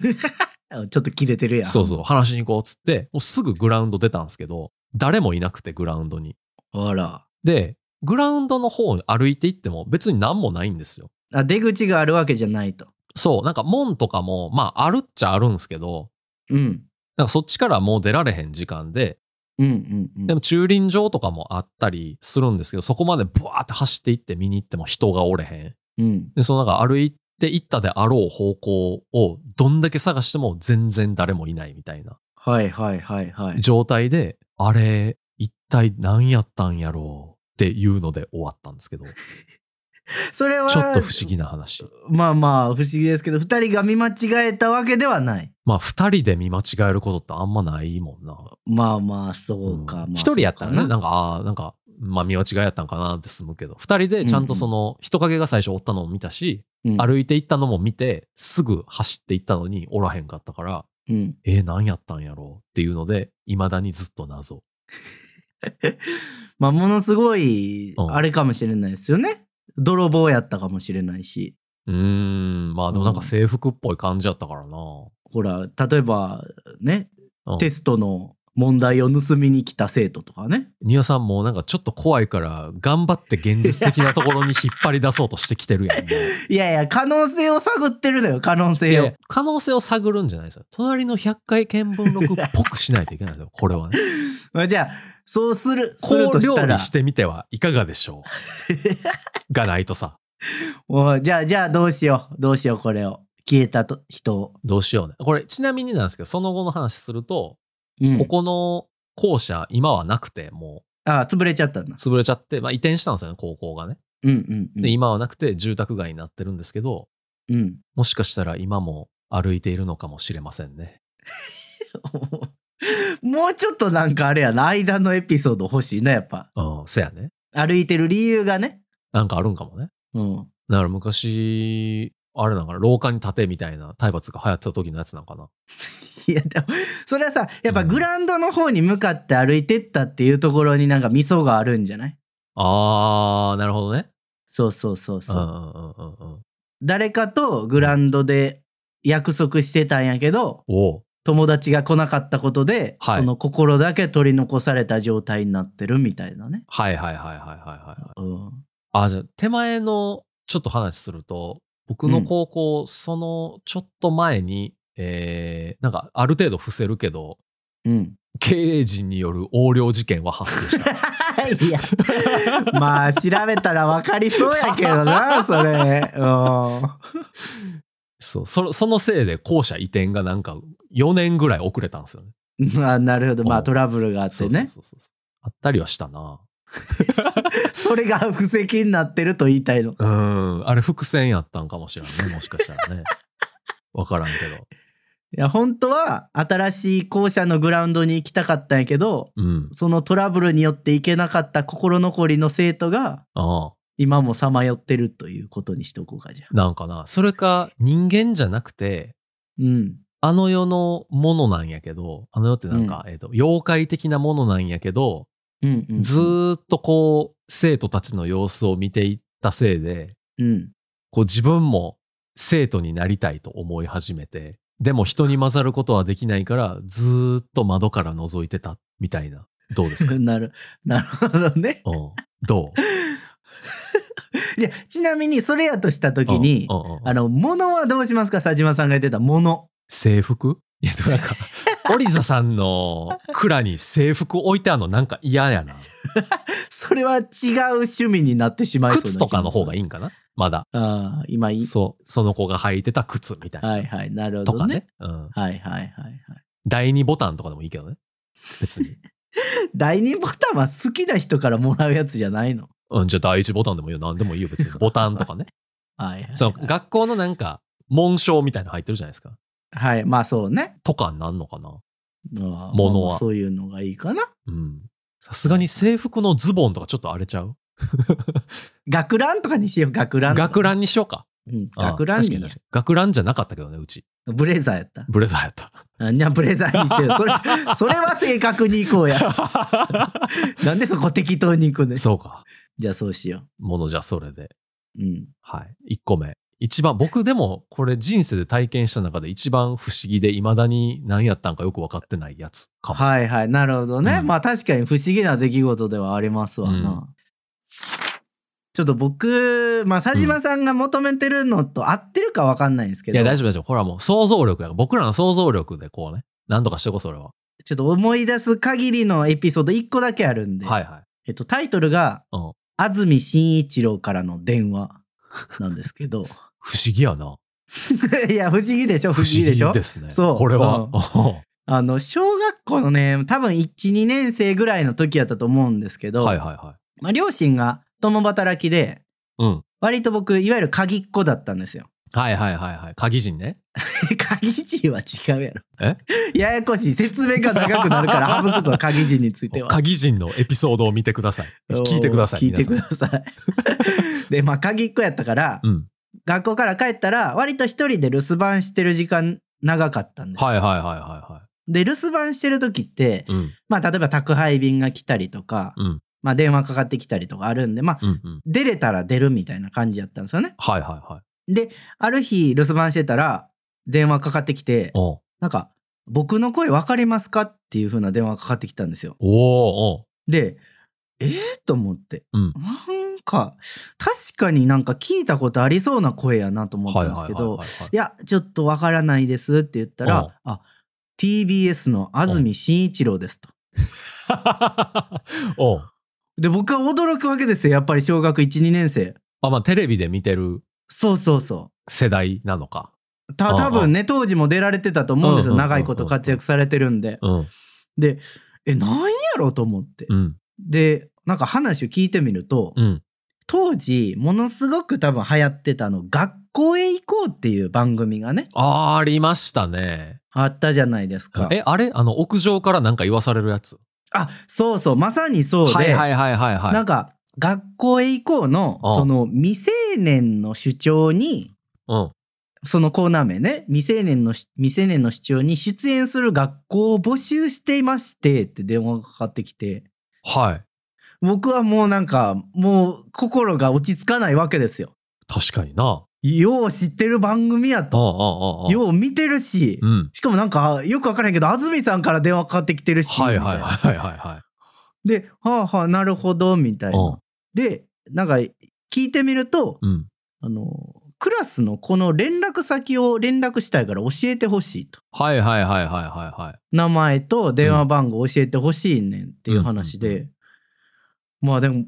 Speaker 2: ょっと切れてるやん
Speaker 1: そうそう話しに行こうっつってもうすぐグラウンド出たんですけど誰もいなくてグラウンドに
Speaker 2: あら
Speaker 1: でグラウンドの方に歩いていっても別に何もないんですよ
Speaker 2: あ出口があるわけじゃないと
Speaker 1: そうなんか門とかもまああるっちゃあるんですけど
Speaker 2: うん
Speaker 1: なんかそっちからもう出られへん時間で
Speaker 2: うんうんうん
Speaker 1: でも駐輪場とかもあったりするんですけど、そこまでブワーって走っていって見に行っても人がおれへん。
Speaker 2: うん
Speaker 1: で、そのなんか歩いていったであろう方向をどんだけ探しても全然誰もいないみたいな
Speaker 2: はいはいはいはい
Speaker 1: 状態で、あれ、一体何やったんやろうっていうので終わったん ですけど、ち
Speaker 2: それは
Speaker 1: ょっと不思議な話。
Speaker 2: まあまあ不思議ですけど二人が見間違えたわけではない
Speaker 1: まあ、二人で見間違えることってあんまないもんな。
Speaker 2: まあまあそうか、
Speaker 1: うん
Speaker 2: まあ
Speaker 1: 一人やったらね、
Speaker 2: そうか
Speaker 1: なんか、ああ、なんか、まあ、見間違いやったんかなって済むけど、二人でちゃんとその、人影が最初おったのを見たし、
Speaker 2: うん
Speaker 1: 歩いていったのも見て、すぐ走っていったのにおらへんかったから、
Speaker 2: うん
Speaker 1: えー、何やったんやろうっていうので、未だにずっと謎。
Speaker 2: まあ、ものすごい、
Speaker 1: うん
Speaker 2: あれかもしれないですよね。泥棒やったかもしれないし。
Speaker 1: うーん、まあでもなんか制服っぽい感じやったからな。
Speaker 2: ほら、例えば、ね、
Speaker 1: うん
Speaker 2: テストの問題を盗みに来た生徒とかね。
Speaker 1: ニワさんもうなんかちょっと怖いから頑張って現実的なところに引っ張り出そうとしてきてるや んもう
Speaker 2: いやいや、可能性を探ってるのよ、可能
Speaker 1: い
Speaker 2: 性
Speaker 1: やい
Speaker 2: を
Speaker 1: や。可能性を探るんじゃないですよ隣の100回見聞録っぽくしないといけない ですよこれはね
Speaker 2: まあじゃあ、そうする、する
Speaker 1: こう
Speaker 2: とし
Speaker 1: 料
Speaker 2: たら
Speaker 1: 理、してみてはいかがでしょうがないとさ
Speaker 2: おうじゃあ、じゃあどうしよう、どうしよう、これを。消えたと人を。
Speaker 1: どうしようねこれちなみになんですけどその後の話すると、
Speaker 2: うん
Speaker 1: ここの校舎今はなくても
Speaker 2: ああ、潰れちゃったんだ
Speaker 1: う。潰れちゃって、まあ、移転したんですよね高校がね
Speaker 2: うんうんうん。
Speaker 1: で今はなくて住宅街になってるんですけど
Speaker 2: うん。
Speaker 1: もしかしたら今も歩いているのかもしれませんね
Speaker 2: もうちょっとなんかあれやな、間のエピソード欲しいな、やっぱ。
Speaker 1: うんせやね
Speaker 2: 歩いてる理由がね。
Speaker 1: なんかあるんかもね
Speaker 2: うん。
Speaker 1: だから昔、あれなんかな、廊下に立てみたいな体罰が流行ってた時のやつなんかな。
Speaker 2: いや、でも、それはさ、やっぱ
Speaker 1: うん
Speaker 2: グラウンドの方に向かって歩いてったっていうところになんかミソがあるんじゃない
Speaker 1: あー、なるほどね。
Speaker 2: そうそうそう
Speaker 1: う
Speaker 2: そ
Speaker 1: んう
Speaker 2: う。
Speaker 1: んうんうんうん。
Speaker 2: 誰かとグラウンドで約束してたんやけど、
Speaker 1: おう
Speaker 2: 友達が来なかったことで、
Speaker 1: はい
Speaker 2: その心だけ取り残された状態になってるみたいなね。
Speaker 1: はいはいはいはいはいはい。
Speaker 2: うん。
Speaker 1: あ、じゃあ手前のちょっと話すると、僕の高校、そのちょっと前に、えー、なんかある程度伏せるけど、
Speaker 2: うん。
Speaker 1: 経営陣による横領事件は発生した。
Speaker 2: いや、 まあ調べたら分かりそうやけどな、それ。う
Speaker 1: そうその、そのせいで校舎移転がなんか4年ぐらい遅れたんですよね。
Speaker 2: ん。まあなるほど、まあトラブルがあって
Speaker 1: そう
Speaker 2: ね。
Speaker 1: そうそうそう。あったりはしたな。
Speaker 2: それが布石になってると言いたいの。
Speaker 1: うーん、あれ伏線やったんかもしれんね、もしかしたらね。わからんけど。
Speaker 2: いや、本当は新しい校舎のグラウンドに行きたかったんやけど、
Speaker 1: うん。
Speaker 2: そのトラブルによって行けなかった心残りの生徒が、
Speaker 1: ああ。
Speaker 2: 今もさまよってるということにしとこうかじゃあ。
Speaker 1: なんかな。それか、人間じゃなくて、
Speaker 2: うん。
Speaker 1: あの世のものなんやけど、あの世ってなんか、えっと、妖怪的なものなんやけど、
Speaker 2: うん、うん。
Speaker 1: ずーっとこう、生徒たちの様子を見ていったせいで、
Speaker 2: うん。
Speaker 1: こう自分も生徒になりたいと思い始めて、でも人に混ざることはできないから、ずーっと窓から覗いてた、みたいな。どうです か
Speaker 2: なる、なるほどね。
Speaker 1: うん。どう
Speaker 2: じゃあちなみにそれやとした時に
Speaker 1: う、んうんうんうん
Speaker 2: あの、物はどうしますか佐島さんが言ってた物。
Speaker 1: 制服いやでもなんかオリザさんの蔵に制服置いてあるのなんか嫌やな
Speaker 2: それは違う趣味になってしまいそうな気も
Speaker 1: 靴とかの方がいいんかなまだ
Speaker 2: ああ、今いい。
Speaker 1: そうその子が履いてた靴みたいな、
Speaker 2: はいはい、なるほ
Speaker 1: と
Speaker 2: ど
Speaker 1: か
Speaker 2: ね。
Speaker 1: ね、うん、
Speaker 2: はいはいはいはい。
Speaker 1: 第二ボタンとかでもいいけどね別に、
Speaker 2: 第二ボタンは好きな人からもらうやつじゃないの。
Speaker 1: うん、じゃあ第一ボタンでもいいよ何でもいいよ別にボタンとかね
Speaker 2: はいはい、はい。
Speaker 1: その学校のなんか紋章みたいなの入ってるじゃないですか
Speaker 2: はい、まあそうね。
Speaker 1: とかになんのかな
Speaker 2: 物
Speaker 1: 物は
Speaker 2: そういうのがいいかな。
Speaker 1: うんさすがに制服のズボンとかちょっと荒れちゃう
Speaker 2: 学ランとかにしよう、学ランとか。
Speaker 1: 学ランにしようか
Speaker 2: うん、
Speaker 1: うん
Speaker 2: 学ランに
Speaker 1: 確か確か学ランじゃなかったけどねうち
Speaker 2: ブレザーやった。
Speaker 1: ブレザーや った
Speaker 2: あじゃあブレザーにし よう。それ、それは正確にいこうや。なんでそこ適当にいくね。
Speaker 1: そうか。
Speaker 2: じゃあそうしよ
Speaker 1: ものじゃそれで。
Speaker 2: う。うん。
Speaker 1: はい。1個目。一番、僕でもこれ人生で体験した中で一番不思議で未だに何やったんかよく分かってないやつかも。
Speaker 2: はいはい。なるほどね。
Speaker 1: うん
Speaker 2: まあ確かに不思議な出来事ではありますわな。
Speaker 1: うん
Speaker 2: ちょっと僕、まあ佐島さんが求めてるのと合ってるかわかんないんですけ
Speaker 1: い
Speaker 2: ど、
Speaker 1: や、大丈夫大丈夫。これはもう想像力やから。僕らの想像力でこうね。何とかしてこそれは。
Speaker 2: ちょっと思い出す限りのエピソード1個だけあるんで、
Speaker 1: はいはい。
Speaker 2: えっと、タイトルが、
Speaker 1: うん
Speaker 2: 安住紳一郎からの電話なんです けど、
Speaker 1: 不思議やな。
Speaker 2: いや、不思議でしょ、不
Speaker 1: 不
Speaker 2: 思
Speaker 1: 思
Speaker 2: 議
Speaker 1: 議
Speaker 2: でしょ。
Speaker 1: ですね。
Speaker 2: そう
Speaker 1: これ は。
Speaker 2: あの、小学校のね、多分1、2年生ぐらいの時やったと思うんですけど、
Speaker 1: はいはいは
Speaker 2: まあ、両親が共働きで、
Speaker 1: い。うん。
Speaker 2: 割と僕、いわゆる鍵っ子だったんですよ。
Speaker 1: はいはいはいはい。鍵人ね。
Speaker 2: 鍵人は違うやろ。
Speaker 1: え
Speaker 2: ややこしい。説明が長くなるから 省くぞ、鍵人については。
Speaker 1: 鍵人のエピソードを見てください。聞いてください。
Speaker 2: 聞いてく
Speaker 1: 皆さ
Speaker 2: ださい。 で、まあ、鍵っ子やったから、
Speaker 1: んうん。
Speaker 2: 学校から帰ったら、割と一人で留守番してる時間長かったんですよ。
Speaker 1: はいはいはいは
Speaker 2: で、留守番してる時って、
Speaker 1: いはい。うん。
Speaker 2: まあ、例えば宅配便が来たりとか、
Speaker 1: うん
Speaker 2: まあ、電話かかってきたりとかあるんで、まあ、
Speaker 1: うんうん。
Speaker 2: 出れたら出るみたいな感じやったんですよね。
Speaker 1: はいはいはい。
Speaker 2: で、ある日、留守番してたら、電話かかってきて、
Speaker 1: おう
Speaker 2: なんか、僕の声分かりますかっていう風な電話がかかってきたんですよ。
Speaker 1: おーお
Speaker 2: で、ええと思って、
Speaker 1: うん
Speaker 2: なんか、確かになんか聞いたことありそうな声やなと思
Speaker 1: ー
Speaker 2: った
Speaker 1: はい
Speaker 2: んで
Speaker 1: は
Speaker 2: す
Speaker 1: いはい
Speaker 2: け
Speaker 1: は
Speaker 2: ど
Speaker 1: い、はい
Speaker 2: いや、ちょっとわからないですって言った
Speaker 1: うん
Speaker 2: ら、あ、TBS の安住紳一郎ですと。
Speaker 1: おう
Speaker 2: で、僕は驚くわけですよ。やっぱり小学1、2年生。
Speaker 1: あまあテレビで見てる
Speaker 2: そうそうそ
Speaker 1: 世代なのか
Speaker 2: う。
Speaker 1: あ
Speaker 2: た
Speaker 1: あ
Speaker 2: 多分ね、当時も出られてたと思うんです
Speaker 1: う
Speaker 2: よ。
Speaker 1: んうんうんうん
Speaker 2: 長いこと活躍されてるんで。
Speaker 1: うん
Speaker 2: で、え、なんやろと思って
Speaker 1: う。ん
Speaker 2: で、なんか話を聞いてみると、
Speaker 1: うん
Speaker 2: 当時、ものすごく多分流行ってたあの、学校へ行こうっていう番組がね、
Speaker 1: あーありましたね
Speaker 2: あったじゃないですか。
Speaker 1: えあれあの屋上からなんか言わされるやつ
Speaker 2: あ、そうそう、まさにそうで。
Speaker 1: はいはいはいはいはい
Speaker 2: なんか学校へ行こうの
Speaker 1: ああ
Speaker 2: その未成年の主張に
Speaker 1: うん
Speaker 2: そのコーナー名ね未成年のし未成年の主張に出演する学校を募集していましてって電話がかかってきて
Speaker 1: はい
Speaker 2: 僕はもうなんかもう心が落ち着かないわけですよ。
Speaker 1: 確かにな
Speaker 2: よう知ってる番組や
Speaker 1: ああ
Speaker 2: と
Speaker 1: あああ
Speaker 2: よう見てるし
Speaker 1: うん
Speaker 2: しかもなんかよくわからへんけど安住さんから電話かかってきてるし
Speaker 1: はいはい
Speaker 2: みたいな
Speaker 1: はいはいはい
Speaker 2: で「はあはあなるほど」みたい
Speaker 1: うん
Speaker 2: な。でなんか聞いてみると、
Speaker 1: うん
Speaker 2: あの、クラスのこの連絡先を連絡したいから教えてほしいと。
Speaker 1: はいはいはいはいはいはい
Speaker 2: 名前と電話番号教えてほしいねんっていう話
Speaker 1: うんうん
Speaker 2: で。まあでも、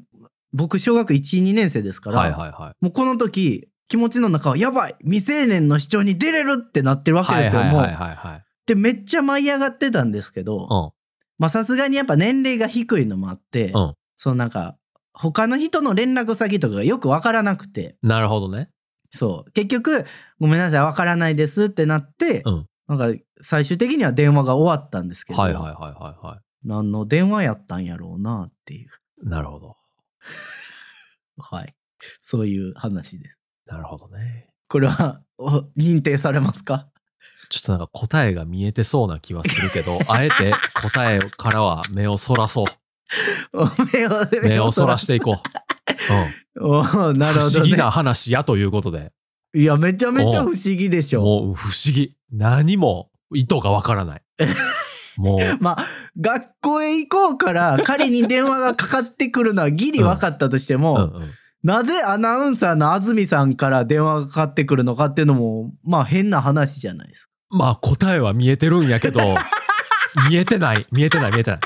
Speaker 2: 僕小学1、2年生ですから、
Speaker 1: はいはいはい
Speaker 2: もうこの時、気持ちの中はやばい未成年の主張に出れるってなってるわけ
Speaker 1: はい
Speaker 2: ですよ、
Speaker 1: はい
Speaker 2: もう。
Speaker 1: はいはいはい
Speaker 2: で、めっちゃ舞い上がってたんですけど、
Speaker 1: うん
Speaker 2: まあさすがにやっぱ年齢が低いのもあって、
Speaker 1: うん
Speaker 2: そのなんか、他の人の連絡先とかがよくわからなくて、
Speaker 1: なるほどね
Speaker 2: そう。結局、ごめんなさい、わからないですってなって、
Speaker 1: うん
Speaker 2: なんか最終的には電話が終わったんですけど、
Speaker 1: はいはいはいはいは
Speaker 2: 何の電話やったんやろうなっていう。
Speaker 1: いなるほど
Speaker 2: はい。そういう話です。
Speaker 1: なるほどね
Speaker 2: これは、お認定されますか
Speaker 1: ちょっとなんか答えが見えてそうな気はするけ ど、あえて答えからは目をそらそう。
Speaker 2: お 目を、
Speaker 1: 目をそらしていこう。
Speaker 2: おー
Speaker 1: うん、
Speaker 2: なるほ
Speaker 1: 不
Speaker 2: ど、
Speaker 1: 思議
Speaker 2: ね。
Speaker 1: な話やということで、
Speaker 2: いや、めちゃめちゃ不思議でしょ。
Speaker 1: もう不思議。何も意図がわから ない。もう、
Speaker 2: まあ、学校へ行こ うから仮に電話がかかってくるのはギリ分かったとしても、
Speaker 1: うんうん、
Speaker 2: なぜアナウンサーの安住さんから電話がかかってくるのかっていうのも、まあ変な話じゃないですか。
Speaker 1: まあ答えは見えてるんやけ ど、見えてない、見えてない、見えてない。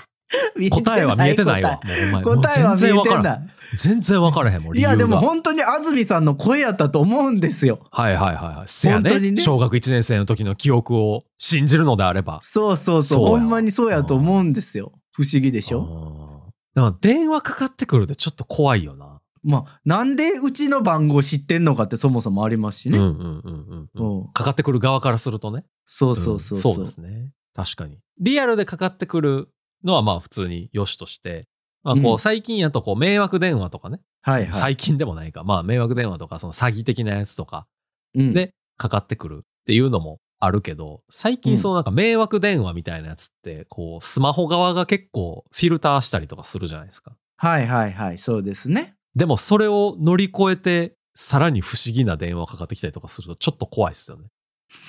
Speaker 1: 答えは見えてないわ。もうほんまにもう
Speaker 2: 答え答えは
Speaker 1: 全
Speaker 2: 見え
Speaker 1: 然わ
Speaker 2: て
Speaker 1: から
Speaker 2: な
Speaker 1: へん。
Speaker 2: い。
Speaker 1: 全然わからへん、もう
Speaker 2: い
Speaker 1: 理由が。
Speaker 2: や、でも本当に安住さんの声やったと思うんですよ。
Speaker 1: はいはいはいはい。せや
Speaker 2: 本当に
Speaker 1: ね。
Speaker 2: ね
Speaker 1: 小学1年生の時の記憶を信じるのであれば。
Speaker 2: そうそうそう。
Speaker 1: そうや
Speaker 2: ほんまにそうやと思うんですよ。不思議でしょ。
Speaker 1: ょだから電話かかってくるってちょっと怖いよな。
Speaker 2: まあ、なんでうちの番号知ってんのかってそもそもありますし
Speaker 1: うん
Speaker 2: ね。
Speaker 1: うんうんうん
Speaker 2: う
Speaker 1: うん。
Speaker 2: ん、
Speaker 1: かかってくる側からするとね。
Speaker 2: そうそうそうそ
Speaker 1: ん
Speaker 2: う。
Speaker 1: そうですね。確かに。リアルでかかってくるのはまあ普通に良しとして。まあこ
Speaker 2: う
Speaker 1: うん最近やとこう迷惑電話とかね。
Speaker 2: はいはい。
Speaker 1: 最近でもないか。まあ迷惑電話とかその詐欺的なやつとか
Speaker 2: うん
Speaker 1: でかかってくるっていうのもあるけど、最
Speaker 2: う
Speaker 1: 近
Speaker 2: ん
Speaker 1: そのなんか迷惑電話みたいなやつってこうスマホ側が結構フィルターしたりとかするじゃないですか。
Speaker 2: はいはいはい。そうですね。
Speaker 1: でもそれを乗り越えて、さらに不思議な電話かかってきたりとかするとちょっと怖いですよね。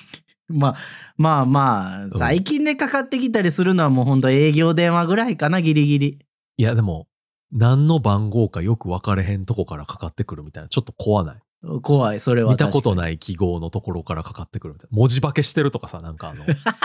Speaker 2: まあまあまあ、最近でかかってきたりするのはもう本当営業電話ぐらいかな、ギリギリ。
Speaker 1: いやでも、何の番号かよく分かれへんとこからかかってくるみたいな、ちょっと怖ない。
Speaker 2: 怖い、それは。
Speaker 1: 見たこと
Speaker 2: い。
Speaker 1: ない記号のところからかかってくるみたいな。文字化けしてるとかさ、なんかあの、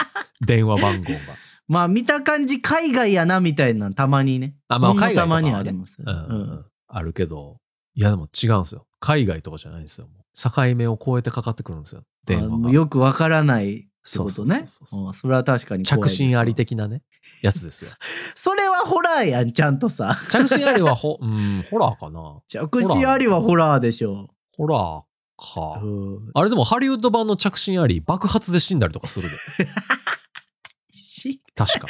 Speaker 1: 電話番号が。
Speaker 2: まあ見た感じ海外やなみたいなのたまにね。
Speaker 1: あ、まあ
Speaker 2: ほんの
Speaker 1: 海外とか
Speaker 2: たま
Speaker 1: は、ね、
Speaker 2: にあります。
Speaker 1: うんうんう
Speaker 2: うん
Speaker 1: ん。あるけど、いやでも違うんですよ。海外とかじゃないんですよ。もう境目を越えてかかってくるんですよ。電
Speaker 2: あ
Speaker 1: 話
Speaker 2: も
Speaker 1: が
Speaker 2: う。よくわからないってことね。
Speaker 1: そうそうそうそう
Speaker 2: うんそれは確かに怖い
Speaker 1: 着
Speaker 2: です
Speaker 1: 信あり。的なね、やつ ですよ。
Speaker 2: それはホラーやん、ちゃんとさ。
Speaker 1: 着信ありはほ、 うん、ホラーかな。
Speaker 2: 着信ありはホラーでしょ
Speaker 1: ホラー
Speaker 2: う。
Speaker 1: か。
Speaker 2: うん
Speaker 1: あれでもハリウッド版の着信あり、爆発で死んだりとかするで。
Speaker 2: し
Speaker 1: 確 か。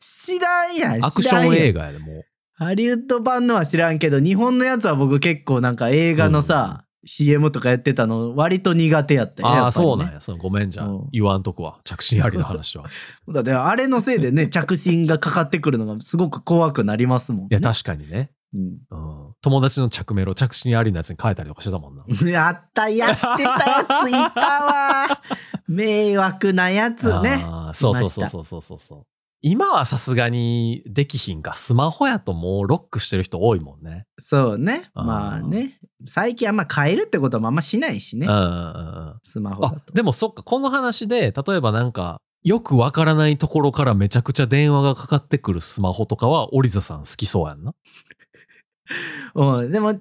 Speaker 2: 知らんやん。
Speaker 1: アクション映
Speaker 2: 画。
Speaker 1: 画やで、もう。
Speaker 2: ハリウッド版のは知らんけど、日本のやつは僕結構なんか映画のさ、CM とかやってたの割と苦手やったよね。
Speaker 1: あ
Speaker 2: や
Speaker 1: あ、
Speaker 2: っぱりね
Speaker 1: そうなんや。そのごめんじゃ
Speaker 2: うん
Speaker 1: ん。言わんとこは。着信ありの話は。
Speaker 2: だってあれのせい でね着信がかかってくるのがすごく怖くなりますもん、ね、
Speaker 1: いや、確かにね。
Speaker 2: うん
Speaker 1: うん、友達の着メロ、着信ありのやつに変えたりとかしてたもんな。
Speaker 2: や ったやってたやついたわ迷惑なやつね
Speaker 1: ああ、そうそうそうそうそうそうそう。今はさすがにできひんか。スマホやともうロックしてる人多いもんね。
Speaker 2: そうね。
Speaker 1: あー
Speaker 2: まあね。最近あんま変えるってこともあんましないしね
Speaker 1: うん。うんうんうん。
Speaker 2: スマホだ
Speaker 1: あ
Speaker 2: と。
Speaker 1: でもそっかこの話で例えばなんかよくわからないところからめちゃくちゃ電話がかかってくるスマホとかはオリザさん好きそうやんな
Speaker 2: うん、でも、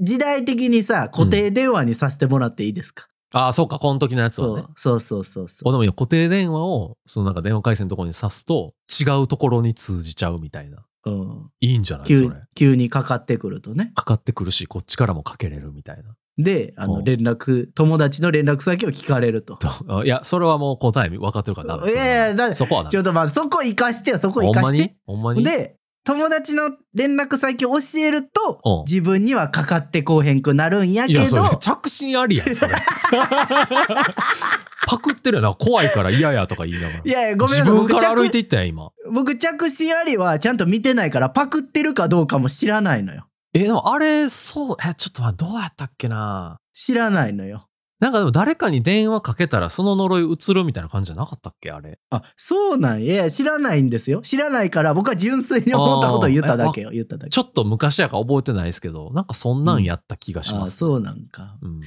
Speaker 2: 時代的にさ、固定電話にさせてもらっていいですか、
Speaker 1: ああそうかこの時のやつ
Speaker 2: そ
Speaker 1: は
Speaker 2: う
Speaker 1: ね
Speaker 2: そうそうそうそ
Speaker 1: お
Speaker 2: う。
Speaker 1: でもいいよ固定電話をそのなんか電話回線のところに挿すと違うところに通じちゃうみたいな
Speaker 2: うん、
Speaker 1: いいんじゃないそ
Speaker 2: 急
Speaker 1: れ
Speaker 2: 急にかかってくるとね。
Speaker 1: かかってくるしこっちからもかけれるみたいな
Speaker 2: で、あ
Speaker 1: う
Speaker 2: の
Speaker 1: ん
Speaker 2: 連絡、友達の連絡先を聞かれると。
Speaker 1: とあいやそれはもう答え分かってるからダメ
Speaker 2: いやいやだって
Speaker 1: そこはダ
Speaker 2: ちょ
Speaker 1: メ
Speaker 2: っとまあそこ行かしてよ、そこ
Speaker 1: ほ
Speaker 2: 行
Speaker 1: ん
Speaker 2: か
Speaker 1: ま
Speaker 2: し
Speaker 1: に
Speaker 2: て。
Speaker 1: ほんまに
Speaker 2: で、友達の連絡先を教えると、
Speaker 1: うん
Speaker 2: 自分にはかかってこうへんくなるんや
Speaker 1: い
Speaker 2: けど、
Speaker 1: やそれ着信ありやんそれ パクってるよな怖いから嫌やとか言いながら
Speaker 2: いやいや、ごめんなさい。
Speaker 1: 自分
Speaker 2: 僕
Speaker 1: から歩い
Speaker 2: 着
Speaker 1: ていったやん今
Speaker 2: 僕着信ありはちゃんと見てないから、パクってるかどうかも知らないのよ。
Speaker 1: えでもあれそうえちょっと待ってどうやったっけな
Speaker 2: 知らないのよ。
Speaker 1: なんかでも誰かに電話かけたらその呪い移るみたいな感じじゃなかったっけあれ
Speaker 2: あ、そうなんや。いや知らないんですよ。知らないから、僕は純粋に思ったことを言っただけよ。言っただけ。
Speaker 1: ちょっと昔やから覚えてないですけどなんかそんなんやった気がし
Speaker 2: あ、
Speaker 1: ます、
Speaker 2: そうなんか。
Speaker 1: うん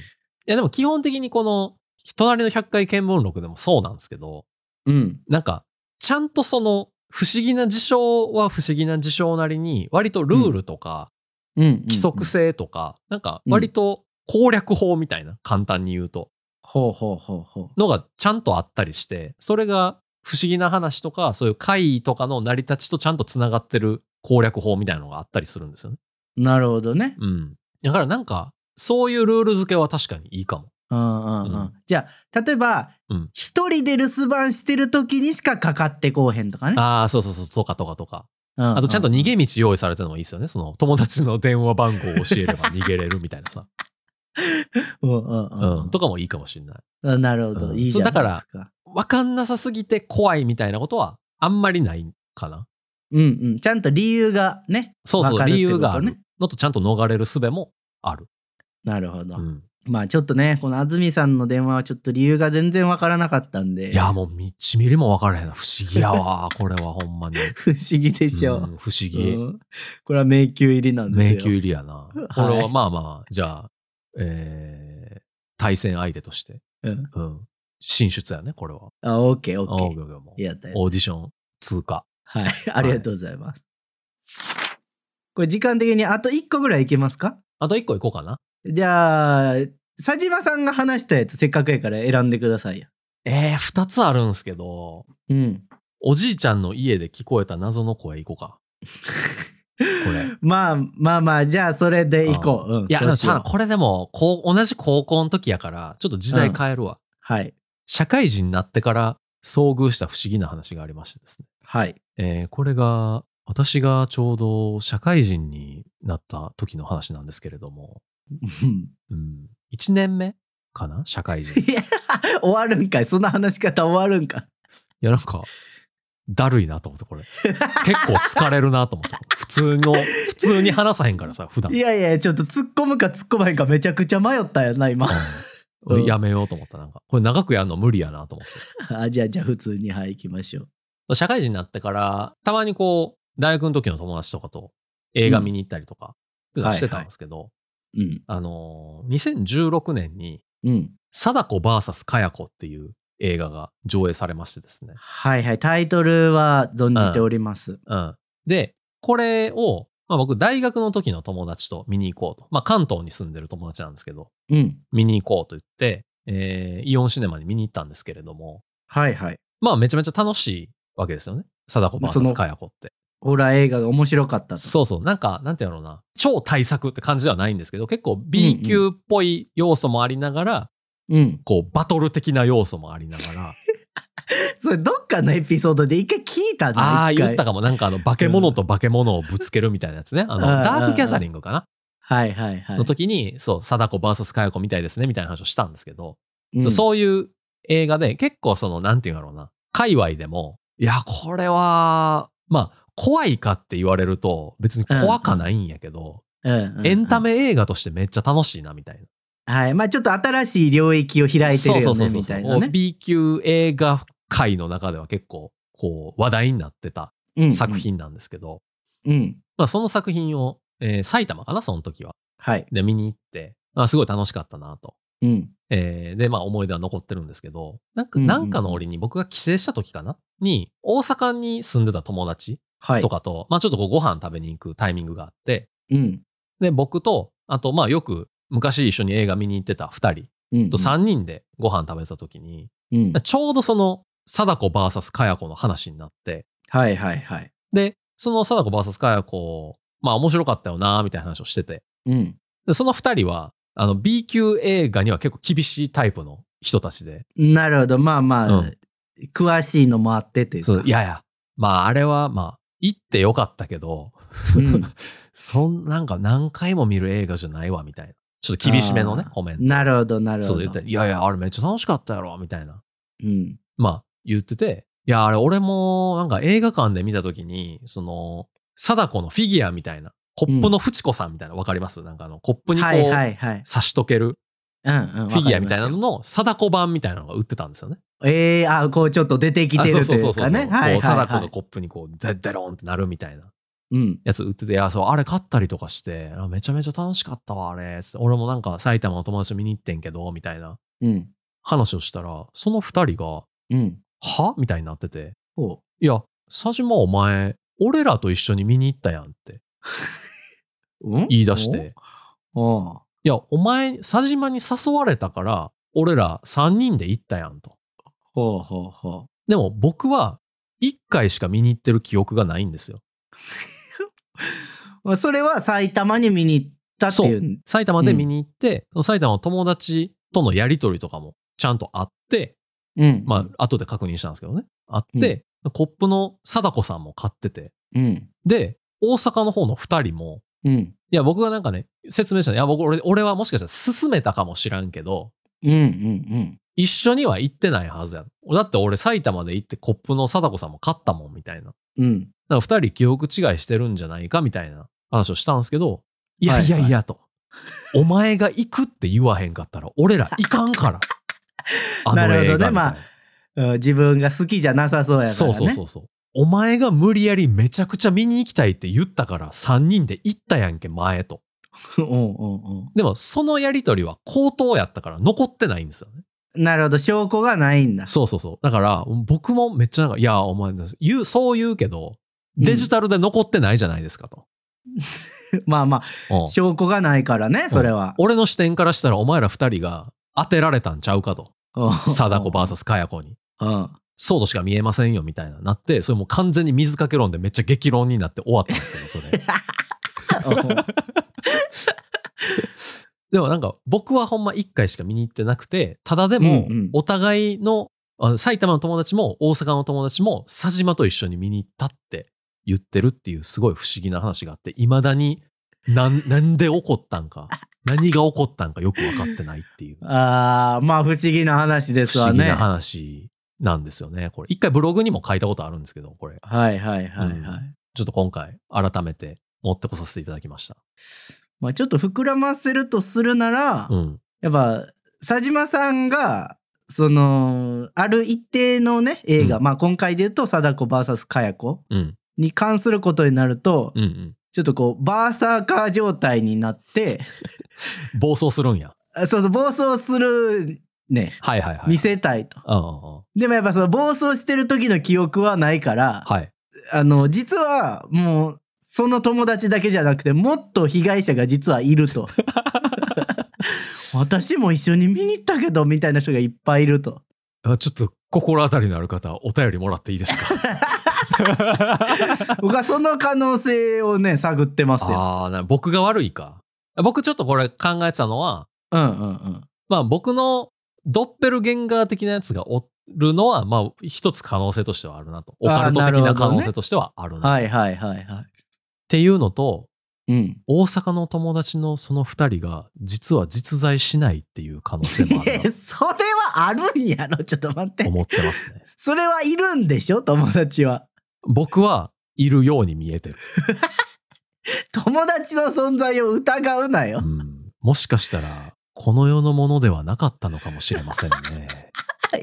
Speaker 1: いやでも基本的にこの「隣の100回見聞録」でもそうなんですけど
Speaker 2: うん。
Speaker 1: なんかちゃんとその不思議な事象は不思議な事象なりに割とルールとか
Speaker 2: うん。うん
Speaker 1: 規則。性とか、なんか割と攻略法みたいな簡単に言うと
Speaker 2: ほうほうほうほ
Speaker 1: のがちゃんとあったりしてそれが不思議な話とかそういう会とかの成り立ちとちゃんとつながってる攻略法みたいなのがあったりするんですよね。
Speaker 2: う。なるほどね。
Speaker 1: うん、だからなんかそういうルール付けは確かにいいかも。
Speaker 2: うんうんう
Speaker 1: うん
Speaker 2: ん。じゃあ、例えば
Speaker 1: うん、
Speaker 2: 一人で留守番してる時にしかかかってこうへんとかね。
Speaker 1: ああそうそうそうとかとかとか
Speaker 2: あ
Speaker 1: あとちゃんと逃げ道用意されてるのもいいですよねその友達の電話番号を教えれば逃げれるみたいなさ、
Speaker 2: うんうんうん
Speaker 1: うん、とかもいいかもしれない。
Speaker 2: うん。あなるほ
Speaker 1: う
Speaker 2: ど。
Speaker 1: ん
Speaker 2: いいじゃないですか。
Speaker 1: わかんなさすぎて怖いみたいなことはあんまりないかな。
Speaker 2: うんうん。ちゃんと理由がね。
Speaker 1: そう
Speaker 2: わ
Speaker 1: そう、
Speaker 2: かるって
Speaker 1: 理
Speaker 2: こと
Speaker 1: 由
Speaker 2: ね
Speaker 1: があるのとちゃんと逃れる術もある。
Speaker 2: なるほど
Speaker 1: う。ん
Speaker 2: まあちょっとね、この安住さんの電話はちょっと理由が全然わからなかったんで。
Speaker 1: いや、もう1ミリも分からへんな。不思議や わ。これはほんまに。
Speaker 2: 不思議でしょ。
Speaker 1: うん不思
Speaker 2: う
Speaker 1: 議。
Speaker 2: んこれは迷宮入りなんです
Speaker 1: 迷
Speaker 2: よ。
Speaker 1: 宮入りやな。こ
Speaker 2: はい
Speaker 1: れはまあまあ、じゃあ、えー、対戦相手として、
Speaker 2: うん。
Speaker 1: うん、進出やね、これは。
Speaker 2: あ、オッケーオ
Speaker 1: あ
Speaker 2: ッケー。
Speaker 1: オッケーオッケーもう
Speaker 2: やったやった
Speaker 1: オーディション通過。
Speaker 2: はい。 ありがとうございます。これ時間的にあと1個ぐらいいけますか
Speaker 1: あと1個いこうかな。
Speaker 2: じゃあ、佐島さんが話したやつせっかくやから選んでくださいよ。
Speaker 1: えー、2つあるんすけど、
Speaker 2: うん。
Speaker 1: おじいちゃんの家で聞こえた謎の声いこうか。これ。
Speaker 2: まあまあまあ、じゃあそれでいこう。うん。
Speaker 1: いや、
Speaker 2: そ
Speaker 1: でも
Speaker 2: うし
Speaker 1: ちゃ
Speaker 2: よ
Speaker 1: ん
Speaker 2: う
Speaker 1: これでも、こう、同じ高校の時やから、ちょっと時代変えるわ。
Speaker 2: はい。
Speaker 1: 社会人になってから遭遇した不思議な話がありましてですね。
Speaker 2: はい。
Speaker 1: えーこれが、私がちょうど社会人になった時の話なんですけれども、
Speaker 2: うん
Speaker 1: うん、1年目かな社会 人。い
Speaker 2: いや、終わるんかい。そんな話し方終わるんか。
Speaker 1: や、なんか、だるいなと思って、 これ。結構疲れるなと思って。普通の、普通に話さへんからさ、普段
Speaker 2: い。やいや、ちょっと突っ込むか突っ込まへんかめちゃくちゃ迷ったやんな、今。
Speaker 1: うん
Speaker 2: うん
Speaker 1: やめようと思った。なんか、これ長くやるの無理やなと思って。
Speaker 2: あじゃあ、じゃあ普通に、はい、行きましょう。
Speaker 1: 社会人になってから、たまにこう、大学の時の友達とかと映画見に行ったりとか、っていうのはしてたんですけど、
Speaker 2: うん。
Speaker 1: あのー、2016年に、
Speaker 2: うん。
Speaker 1: 貞子 VS かや子っていう映画が上映されましてですね。
Speaker 2: はいはい。タイトルは存じております。
Speaker 1: うん。で、これを、まあ僕、大学の時の友達と見に行こうと。まあ関東に住んでる友達なんですけど、
Speaker 2: うん。
Speaker 1: 見に行こうと言って、えーイオンシネマに見に行ったんですけれども、
Speaker 2: はいはい。
Speaker 1: まあめちゃめちゃ楽しいわけですよね。貞子
Speaker 2: その
Speaker 1: VS かや子って。
Speaker 2: ホラー映画が面白かったと。
Speaker 1: そうそう。なんか、なんていうのな。超大作って感じではないんですけど、結構
Speaker 2: うん
Speaker 1: B 級っぽい要素もありながら、
Speaker 2: うん。
Speaker 1: こう、バトル的な要素もありなが ら、
Speaker 2: それ、どっかのエピソードで一回聞いたな。
Speaker 1: ああ、
Speaker 2: 一回
Speaker 1: 言ったかも。なんかあの、化け物と化け物をぶつけるみたいなやつね。あの、
Speaker 2: うん
Speaker 1: ダークキャサリングかな
Speaker 2: はいはいはい。
Speaker 1: の時に、そう、貞子 VS 佳代子みたいですね、みたいな話をしたんですけど、
Speaker 2: うん
Speaker 1: そうそういう映画で、結構その、なんていうんだろうな、界隈でも、いや、これは、まあ、怖いかって言われると、別に怖かないんやけど、
Speaker 2: うんうんうん
Speaker 1: エンタメ映画としてめっちゃ楽しいな、みたいな。
Speaker 2: はい。まあ、ちょっと新しい領域を開いてるよね、みたいな
Speaker 1: もう
Speaker 2: ね。
Speaker 1: B 級映画回の中では結構こう話題になってた
Speaker 2: うん
Speaker 1: 作。品なんですけど、
Speaker 2: うん。
Speaker 1: まあ、その作品を、えー埼玉かなその時は。
Speaker 2: はい。
Speaker 1: で見に行って、まあ、すごい楽しかったなと。
Speaker 2: うん。
Speaker 1: えーで、まあ思い出は残ってるんですけど、なんか
Speaker 2: うんうん
Speaker 1: なんかの折に僕が帰省した時かなに、大阪に住んでた友達
Speaker 2: はい。
Speaker 1: と。かと、まあちょっとこうご飯食べに行くタイミングがあって、
Speaker 2: うん。
Speaker 1: で、僕と、あとまあよく昔一緒に映画見に行ってた2人
Speaker 2: うん。
Speaker 1: と3人でご飯食べてた時に、
Speaker 2: うん。
Speaker 1: ちょうどその貞子 VS かや子の話になって、
Speaker 2: はいはいはい。
Speaker 1: で、その貞子 VS かや子、まあ面白かったよなみたいな話をしてて、
Speaker 2: うん。
Speaker 1: でその2人は、あの B 級映画には結構厳しいタイプの人たちで、
Speaker 2: なるほど。まあまあ、
Speaker 1: うん
Speaker 2: 詳しいのもあってというか。
Speaker 1: そういやいや、まああれはまあ、行ってよかったけど、
Speaker 2: うん。
Speaker 1: そんなんか何回も見る映画じゃないわみたいな。ちょっと厳しめのね
Speaker 2: あ、ー
Speaker 1: コメント。
Speaker 2: なるほど、なるほ
Speaker 1: そ
Speaker 2: ど。
Speaker 1: う言って、いやいや、あれめっちゃ楽しかったやろ、みたいな。
Speaker 2: うん。
Speaker 1: まあ言ってて、いや、あれ俺もなんか映画館で見たときに、その、貞子のフィギュアみたいな、コップのフチコさんみたいな、わかりますなんかあの、コップにこ
Speaker 2: はいは
Speaker 1: う、
Speaker 2: いはい。
Speaker 1: 差しとける
Speaker 2: うんうん。
Speaker 1: フィギュアみたいなの
Speaker 2: わか
Speaker 1: の、貞子版みたいなのが売ってたんですよね。
Speaker 2: りますよええー、あ、こうちょっと出てき
Speaker 1: あ
Speaker 2: て
Speaker 1: そう
Speaker 2: ると
Speaker 1: そう
Speaker 2: い
Speaker 1: そう
Speaker 2: う
Speaker 1: そ
Speaker 2: か
Speaker 1: う。
Speaker 2: ね。はい
Speaker 1: こう
Speaker 2: はい
Speaker 1: 貞
Speaker 2: は
Speaker 1: 子が
Speaker 2: い。
Speaker 1: コップにこう、ゼッデロンってなるみたいな。
Speaker 2: うん。
Speaker 1: やつ売ってて、あ、そう、あれ買ったりとかして、あめちゃめちゃ楽しかったわ、あれ。俺もなんか埼玉の友達と見に行ってんけど、みたいな
Speaker 2: うん。
Speaker 1: 話をしたら、その二人が、
Speaker 2: うん。
Speaker 1: はみたいになってて、
Speaker 2: ほ
Speaker 1: いや、佐島お前、俺らと一緒に見に行ったやんって
Speaker 2: う。うん
Speaker 1: 言い出し。て、
Speaker 2: おお
Speaker 1: いや、お前、佐島に誘われたから、俺ら三人で行ったやんと。
Speaker 2: ほうほうほ
Speaker 1: でも僕は、一回しか見に行ってる記憶がないんですよ。
Speaker 2: う。まあそれは埼玉に見に行ったっていう。
Speaker 1: 埼玉で見に行って、その埼玉の友達とのやりとりとかもちゃんとあって、
Speaker 2: うん。
Speaker 1: まあ、後で確認したんですけどね。あって、コップの貞子さんも買ってて。
Speaker 2: うん。
Speaker 1: で、大阪の方の2人も、
Speaker 2: うん。
Speaker 1: いや、僕がなんかね、説明したの。いや、僕、俺、俺はもしかしたら勧めたかもしらんけど、
Speaker 2: うん。うん。
Speaker 1: 一緒には行ってないはずや。だって俺、埼玉で行ってコップの貞子さんも買ったもん、みたいな。
Speaker 2: うん。うん。
Speaker 1: だから2人記憶違いしてるんじゃないか、みたいな話をしたんですけど、いや
Speaker 2: はい
Speaker 1: いや
Speaker 2: はい
Speaker 1: いやと。お前が行くって言わへんかったら、俺ら行かん から。あの
Speaker 2: なるほどね
Speaker 1: 映画みたい
Speaker 2: まあうん自分が好きじゃなさそうやからね。
Speaker 1: そうそうそうそう。お前が無理やりめちゃくちゃ見に行きたいって言ったから3人で行ったやんけ前と。
Speaker 2: うんうん
Speaker 1: でもそのやりとりは口頭やったから残ってないんですよね。
Speaker 2: うん。なるほど、証拠がないんだ。
Speaker 1: そうそうそう。だから僕もめっちゃなんか、いや、お前です言う、そう言うけど、デジタルで残ってないじゃないですかと。
Speaker 2: うんまあま
Speaker 1: うん
Speaker 2: あ、証拠がないからね、それは。
Speaker 1: 俺の視点からしたらお前ら2人が当てられたんちゃうかと。 貞子 VS かや子に。
Speaker 2: うん。
Speaker 1: そうとしか見えませんよみたいななって、それもう完全に水かけ論でめっちゃ激論になって終わったんですけど、それ。でもなんか僕はほんま1回しか見に行ってなくてただでも
Speaker 2: うんうん
Speaker 1: お互いのあの埼玉の友達も大阪の友達も佐島と一緒に見に行ったって言ってるっていうすごい不思議な話があっていまだに なんなんで起こったんか何が起こったんかよく分かってないっていう
Speaker 2: ああ、まあ不思議な話です
Speaker 1: 不
Speaker 2: わ
Speaker 1: 思議
Speaker 2: ね。
Speaker 1: な
Speaker 2: は
Speaker 1: 話なんですよねこれ一回ブログにも書いたことあるんですけどこれ
Speaker 2: いはいはいはい。
Speaker 1: うんちょっと今回改めて持ってこさせていただきました
Speaker 2: まあちょっと膨らませるとするなら、
Speaker 1: うん
Speaker 2: やっぱ佐島さんがそのある一定のね映画、
Speaker 1: うん
Speaker 2: まあ今回で言うと貞子 VS かや子
Speaker 1: うん
Speaker 2: に関することになると、
Speaker 1: うんうん
Speaker 2: ちょっとこうバーサーカー状態になって
Speaker 1: 暴走するんや
Speaker 2: あそうそう暴走するね
Speaker 1: はいはいはい
Speaker 2: 見せたいと。
Speaker 1: うんうんうん
Speaker 2: でもやっぱその暴走してる時の記憶はないから、
Speaker 1: はい
Speaker 2: あの実はもうその友達だけじゃなくてもっと被害者が実はい ると。私も一緒に見に行ったけどみたいな人がいっぱいいると。
Speaker 1: あちょっと心当たりのある方、お便りもらっていいです か
Speaker 2: 僕はその可能性をね探ってますよ。
Speaker 1: ああ、な僕が悪いか。僕ちょっとこれ考えてたのは、
Speaker 2: うんうんうん。
Speaker 1: まあ僕のドッペルゲンガー的なやつがおるのは、まあ一つ可能性としてはあるなと。オカルト的
Speaker 2: な
Speaker 1: な
Speaker 2: るほど
Speaker 1: 可
Speaker 2: ね
Speaker 1: 能性としてはあるな。っ
Speaker 2: はいはいはいは
Speaker 1: ていうのと、
Speaker 2: い。うん。
Speaker 1: 大阪の友達のその二人が実は実在しないっていう可能性もある
Speaker 2: い
Speaker 1: な
Speaker 2: や
Speaker 1: と
Speaker 2: それはあるんやろちょっと待って。
Speaker 1: 思ってますね。
Speaker 2: それはいるんでしょ友達は。
Speaker 1: 僕はいるように見えてる。
Speaker 2: 友達の存在を疑うな
Speaker 1: う
Speaker 2: よ。
Speaker 1: ん、もしかしたら、この世のものではなかったのかもしれませんね。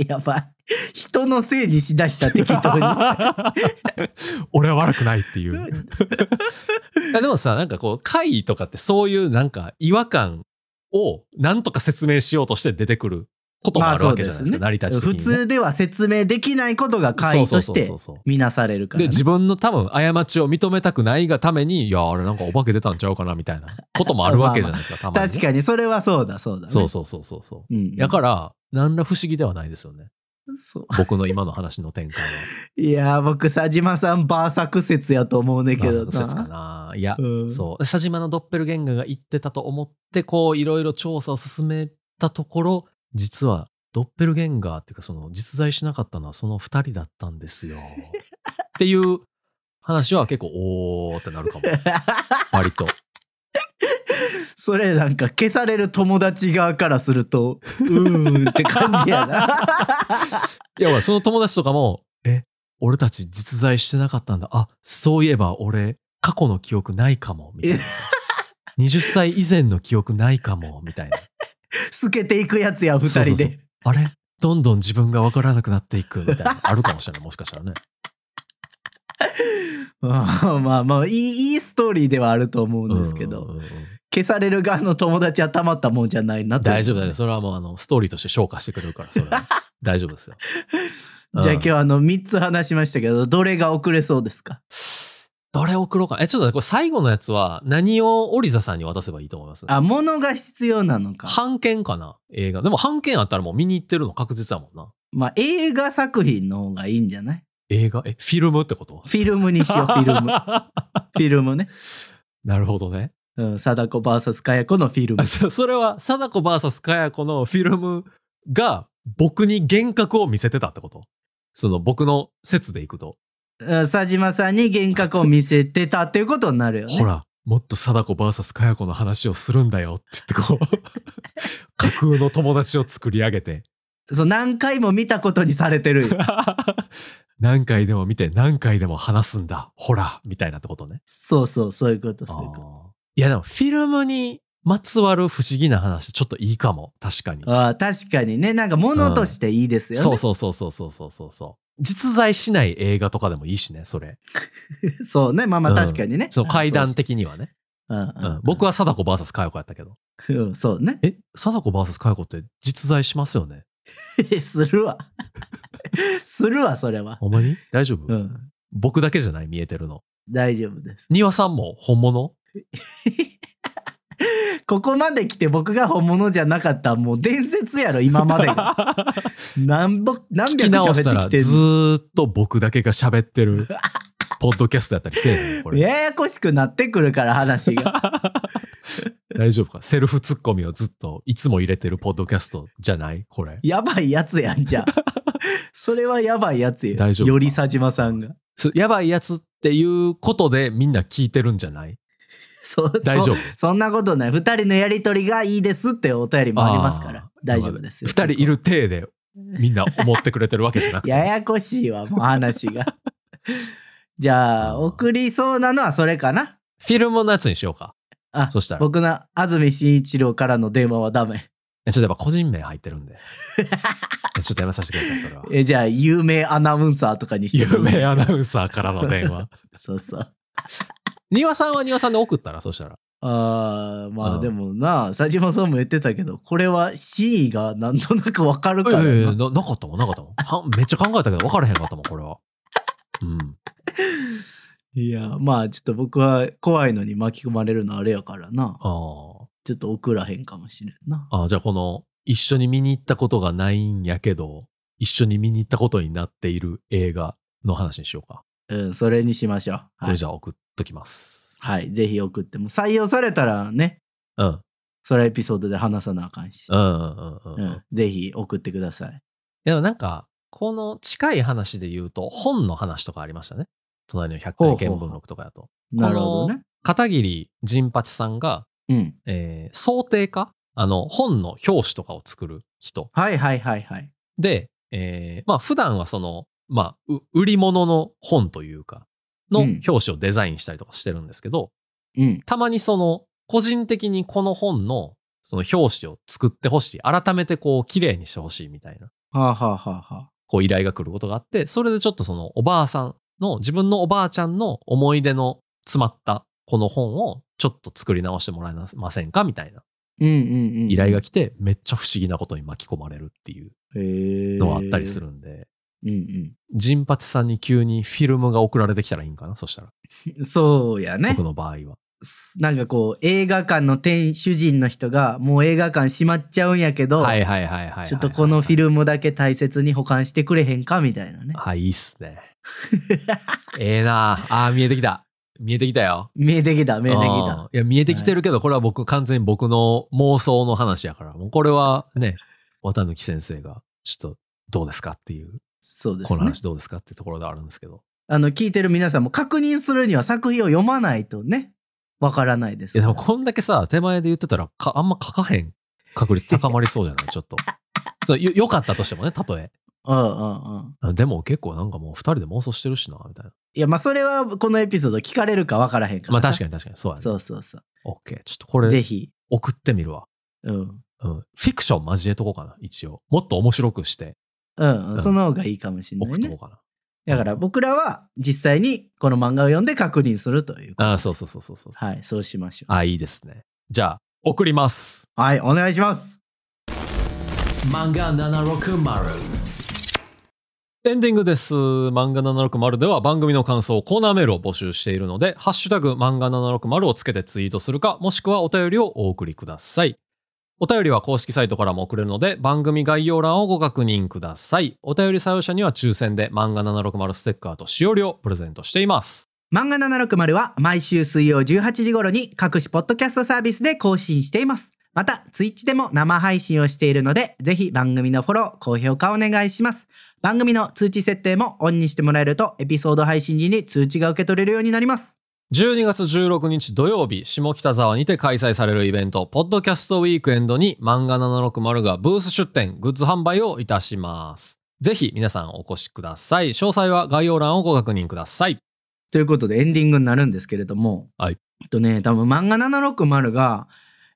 Speaker 2: やばい。人のせいにしだした適 当に。
Speaker 3: 俺は悪くないっていう。
Speaker 1: いやでもさ、なんかこう、会議とかってそういうなんか違和感をなんとか説明しようとして出てくることもあるわけじゃないですか、
Speaker 2: まあ
Speaker 1: 成り立ち的に
Speaker 2: 普
Speaker 1: ね、
Speaker 2: 通では説明できないことが会議とし
Speaker 1: そう
Speaker 2: て
Speaker 1: そうそうそう
Speaker 2: 見なされるから
Speaker 1: で、
Speaker 2: ね。
Speaker 1: 自分の多分過ちを認めたくないがために、いや、あれなんかお化け出たんちゃうかなみたいなこともあるわけじゃないですか、たまにね、
Speaker 2: 確かにそれはそうだそうだ、ね。
Speaker 1: そうそうそうそうそう。
Speaker 2: うんうん。
Speaker 1: だから、何ら不思議ではないですよね。
Speaker 2: そう
Speaker 1: 僕の今の話の展開は。
Speaker 2: いやー僕佐島さんバーサク説やと思うねんけど
Speaker 1: まあ説かな。いや、
Speaker 2: うん、
Speaker 1: そう。佐島のドッペルゲンガーが言ってたと思って、こう、いろいろ調査を進めたところ、実は、ドッペルゲンガーっていうか、その、実在しなかったのはその二人だったんです よ。っていう話は結構、おーってなるか も。割と。
Speaker 2: それなんか消される友達側からするとうーんって感じ やな
Speaker 1: いや、ほらその友達とかも、え、俺たち実在してなかったんだ。あ、そういえば俺、過去の記憶ないかも、みたいな さ。20歳以前の記憶ないかも、みたいな。
Speaker 2: 透けていくやつや二人で
Speaker 1: そうそうそうあれどんどん自分が分からなくなっていく、みたいな。あるかもしれない、もしかしたらね。
Speaker 2: まあまあまあいいいいストーリーではあると思うんですけど、
Speaker 1: うんうんうんうん
Speaker 2: 消される側の友達はたまったもんじゃないなと
Speaker 1: 大丈夫だよ。それはもう、あの、ストーリーとして消化してくれるから、それは。 大丈夫ですよ。
Speaker 2: じゃ
Speaker 1: うん
Speaker 2: あ今日あの3つ話しましたけどどれが遅れそうですか
Speaker 1: どれ送ろうか。え、ちょっとねこれ最後のやつは、何をオリザさんに渡せばいいと思います
Speaker 2: あ物が必要なのか
Speaker 1: 版権かな映画。でも版権あったらもう見に行ってるの確実だもんな。
Speaker 2: まあ映画作品の方がいいんじゃない
Speaker 1: 映画え、フィルムってこと
Speaker 2: フィルムにしようフィル ムフィルムね、
Speaker 1: なるほどね。
Speaker 2: うん、貞子 VS かや子のフィルム
Speaker 1: あそそれは、貞子 VS かや子のフィルムが僕に幻覚を見せてたってことその僕の説でいくと。
Speaker 2: うん佐島さんに幻覚を見せてたっていうことになるよね
Speaker 1: ほら、もっと貞子 VS かや子の話をするんだよって言ってこう、架空の友達を作り上げ て、
Speaker 2: そう何回も見たことにされて るよ
Speaker 1: 何回でも見て何回でも話すんだ、ほら、みたいなってことね。
Speaker 2: そうそうそういうことそういうこ
Speaker 1: あーいやでもフィルムにまつわる不思議な話ちょっといいかも確かに、
Speaker 2: とああ確かにねなんか物としていいですよね、
Speaker 1: そうそうそうそうそうそうそうそう実在しない映画とかでもいいしねそれ
Speaker 2: そうねまあまあ
Speaker 1: うん
Speaker 2: 確かにね、
Speaker 1: その階段的にはね、
Speaker 2: うんう
Speaker 1: うん
Speaker 2: ん、
Speaker 1: 僕は貞子 VS 佳代子やったけど
Speaker 2: うんそうね
Speaker 1: え貞子 VS 佳代子って実在しますよね
Speaker 2: するわ するわそれは
Speaker 1: ほんまに大丈夫、
Speaker 2: うん
Speaker 1: 僕だけじゃない見えてるの
Speaker 2: 大丈夫です
Speaker 1: 庭さんも本物
Speaker 2: ここまで来て僕が本物じゃなかったらもう伝説やろ今までが 何ぼ何
Speaker 1: 聞き
Speaker 2: 百
Speaker 1: 直
Speaker 2: 喋
Speaker 1: したら
Speaker 2: ってき
Speaker 1: ず
Speaker 2: てんの
Speaker 1: ーっと僕だけが喋って るポッドキャストやったりせえへんこれ
Speaker 2: ややこしくなってくるから話が
Speaker 1: 大丈夫かセルフツッコミをずっといつも入れてるポッドキャストじゃないこれ。
Speaker 2: やばいやつやんじ ゃあそれはやばいやつや
Speaker 1: 大丈夫か
Speaker 2: より佐島さんが
Speaker 1: すやばいやつっていうことでみんな聞いてるんじゃない
Speaker 2: そう
Speaker 1: 大丈
Speaker 2: 夫
Speaker 1: 夫
Speaker 2: そんなことない2人のやり取りがいいですってお便りもありますから
Speaker 1: あー
Speaker 2: 大丈夫ですよ
Speaker 1: 二人いる体でみんな思ってくれてるわけじゃなくて。
Speaker 2: ややこしいわもう話 がじゃあ送りそうなのはそれかな
Speaker 1: フィルムのやつにしようか。
Speaker 2: あ
Speaker 1: そしたら。
Speaker 2: 僕の安住紳一郎からの電話はダメ
Speaker 1: えちょっとやっぱ個人名入ってる んで。えちょっとやめさせてください、それは。
Speaker 2: えじゃあ有名アナウンサーとかにして
Speaker 1: 有
Speaker 2: もいい
Speaker 1: 名アナウンサーからの電話。
Speaker 2: そうそう
Speaker 1: 庭さんは庭さんで送ったら、そしたら。
Speaker 2: あーま
Speaker 1: う
Speaker 2: あ
Speaker 1: ん
Speaker 2: でもな佐島さんも言ってたけどこれは真意がなんとなくわかる
Speaker 1: い
Speaker 2: から
Speaker 1: や
Speaker 2: ない
Speaker 1: やいやななかったもん、なかったもんは。めっちゃ考えたけど分からへんかったもん、これは。うん。
Speaker 2: いや、まあちょっと僕は怖いのに巻き込まれるのあれやからな。
Speaker 1: ああ。
Speaker 2: ちょっと送らへんかもしれんな。
Speaker 1: あじゃあこの一緒に見に行ったことがないんやけど一緒に見に行ったことになっている映画の話にしようか。
Speaker 2: うん、それにしましょう。
Speaker 1: こ
Speaker 2: は
Speaker 1: れ
Speaker 2: い。
Speaker 1: じゃあ送っときます。
Speaker 2: はい、ぜひ送っても。採用されたらね、
Speaker 1: うん。
Speaker 2: それはエピソードで話さなあかんし。
Speaker 1: うんうんうんう。
Speaker 2: うんん、ぜひ送ってください。
Speaker 1: でもなんか、この近い話で言うと本の話とかありましたね。隣の百
Speaker 2: ほうほ
Speaker 1: 回
Speaker 2: うほう
Speaker 1: 見聞録とかだと。
Speaker 2: なるほどね。
Speaker 1: 片桐仁八さんが、
Speaker 2: うん。
Speaker 1: えー、想定家あの、本の表紙とかを作る人
Speaker 2: はいはいはいはい。
Speaker 1: で、えーまあ普段はその、まあ、う売り物の本というか、の
Speaker 2: うん
Speaker 1: 表紙をデザインしたりとかしてるんですけど、
Speaker 2: うん。
Speaker 1: たまにその、個人的にこの本の、その表紙を作ってほしい。改めてこう、綺麗にしてほしいみたいな
Speaker 2: はあはあはあはあ。
Speaker 1: こう依頼が来ることがあって、それでちょっとそのおばあさんの、自分のおばあちゃんの思い出の詰まったこの本をちょっと作り直してもらえませんかみたいな
Speaker 2: うんうんうん。
Speaker 1: 依頼が来て、めっちゃ不思議なことに巻き込まれるっていうの
Speaker 2: の
Speaker 1: があったりす。るんで、
Speaker 2: うん
Speaker 1: ジンパチさんに急にフィルムが送られてきたらいいんかなそしたら、
Speaker 2: うん。そうやね
Speaker 1: 僕。の場合は。
Speaker 2: すなんかこう、映画館の店主人の人が、もう映画館閉まっちゃうんやけど、
Speaker 1: はいはいはいはいはいはい。
Speaker 2: ちょっとこのフィ
Speaker 1: ム。
Speaker 2: ルムだけ大切に保管してくれへんかみたいなね。
Speaker 1: はい、いいっす ね。ええなああー、見えてきた。見えてきたよ。
Speaker 2: 見えてきた、見えてき
Speaker 1: うん
Speaker 2: た。
Speaker 1: いや、見えてきてるけど、これは僕、完全に僕の妄想の話やから、もうこれはね、綿貫先生が、ちょっと、どうですかっていう、
Speaker 2: そうです
Speaker 1: この
Speaker 2: ね。
Speaker 1: 話どうですかっていうところではあるんですけど。
Speaker 2: あの、聞いてる皆さんも確認するには作品を読まないとね、わからないです
Speaker 1: いや、
Speaker 2: か
Speaker 1: で
Speaker 2: ら。
Speaker 1: もこんだけさ、手前で言ってたら、かあんま書かへん確率高まりそうじゃ ないちょっと。そうよよかったとしてもね、たとえ。
Speaker 2: うんうんうん。
Speaker 1: あでも結構なんかもう二人で妄想してるしな、みたいな。
Speaker 2: いや、まあ、それはこのエピソード聞かれるかわからへんから。
Speaker 1: まあ確か
Speaker 2: に。
Speaker 1: に確かに、そうやね。
Speaker 2: そうそうそ
Speaker 1: オッケー。ちょっとこ
Speaker 2: う。ぜ
Speaker 1: れ、
Speaker 2: ひ。
Speaker 1: 送ってみるわ。
Speaker 2: うん。
Speaker 1: うん。フィクション交えとこうかな、一応。もっと面白くして、
Speaker 2: うん、
Speaker 1: う
Speaker 2: うんん、その方がいいかもしれな
Speaker 1: 送っ
Speaker 2: い
Speaker 1: とこう
Speaker 2: ね。
Speaker 1: かな。
Speaker 2: だから僕らは実際にこの漫画を読んで確認するという。
Speaker 1: ああ、そうそうそうそうそうそう。
Speaker 2: はい、そうしましょ
Speaker 1: あ、いいですね。じゃあ、送ります。
Speaker 2: う。はい、お願いします。
Speaker 1: 漫画760。エンディングです。漫画760では番組の感想、コーナーメールを募集しているので、ハッシュタグ漫画760をつけてツイートするか、もしくはお便りをお送りください。お便りは公式サイトからも送れるので、番組概要欄をご確認ください。お便り採用者には抽選で漫画760ステッカーとしおりをプレゼントしています。
Speaker 2: 漫画760は毎週水曜18時頃に各種ポッドキャストサービスで更新しています。また、ツイッチでも生配信をしているので、ぜひ番組のフォロー、高評価お願いします。番組の通知設定もオンにしてもらえると、エピソード配信時に通知が受け取れるようになります。
Speaker 1: 12月16日土曜日、下北沢にて開催されるイベント、ポッドキャストウィークエンドに漫画760がブース出展、グッズ販売をいたします。ぜひ皆さんお越しください。詳細は概要欄をご確認ください。
Speaker 2: ということでエンディングになるんですけれども、
Speaker 1: はい
Speaker 2: えっとね多分漫画760が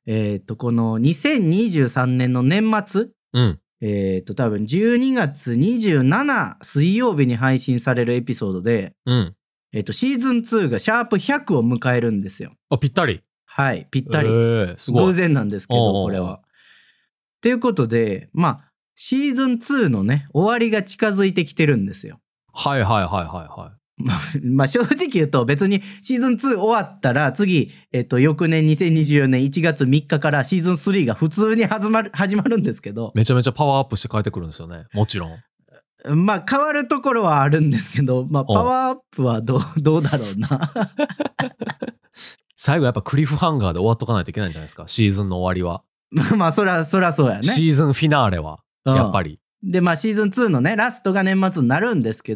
Speaker 2: えーっとこの2023年の年末
Speaker 1: うん。
Speaker 2: えーっと多分12月27水曜日に配信されるエピソードで、
Speaker 1: うん。
Speaker 2: えっとシーズン2がシャープ100を迎えるんですよ。
Speaker 1: あ、ぴったり。
Speaker 2: はいぴっ
Speaker 1: ぴ
Speaker 2: たり、
Speaker 1: えー、すご
Speaker 2: 偶
Speaker 1: い。
Speaker 2: 然なんですけ
Speaker 1: おうおうお
Speaker 2: ど
Speaker 1: う
Speaker 2: これは。ということでまあシーズン2のね終わりが近づいてきてるんですよ。
Speaker 1: はいはいはいはいはい。
Speaker 2: まあ正直言うと別にシーズン2終わったら次、えっと、翌年2024年1月3日からシーズン3が普通に始まる、始まるんですけど、
Speaker 1: めちゃめちゃパワーアップして帰ってくるんですよね。もちろん。
Speaker 2: まあ変わるところはあるんですけど、まあ
Speaker 1: お
Speaker 2: パワーアップはどう、どうだろうな。
Speaker 1: 最後やっぱクリフハンガーで終わっとかないといけないんじゃないですか。シーズンの終わ
Speaker 2: まあまあそら、そらそうやね
Speaker 1: りは。。シーズンフィナーレは、やっぱ
Speaker 2: り。
Speaker 1: り。
Speaker 2: でまあシーズン2のね、ラストが年末になるんですけ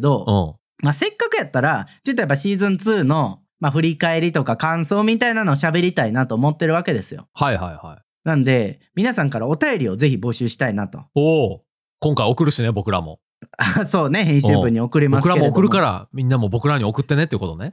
Speaker 1: う
Speaker 2: ど、
Speaker 1: ん。
Speaker 2: まあせっかくやったら、ちょっとやっぱシーズン2の、まあ振り返りとか感想みたいなのを喋りたいなと思ってるわけですよ。
Speaker 1: はいはいはい。
Speaker 2: なんで、皆さんからお便りをぜひ募集したいなと。
Speaker 1: おお。今回送るしね、僕らも。
Speaker 2: あそうね、編集部に送ります
Speaker 1: 僕
Speaker 2: けれ
Speaker 1: ら
Speaker 2: ど。
Speaker 1: も送るからら、みんなも僕らに送ってねっていうことね。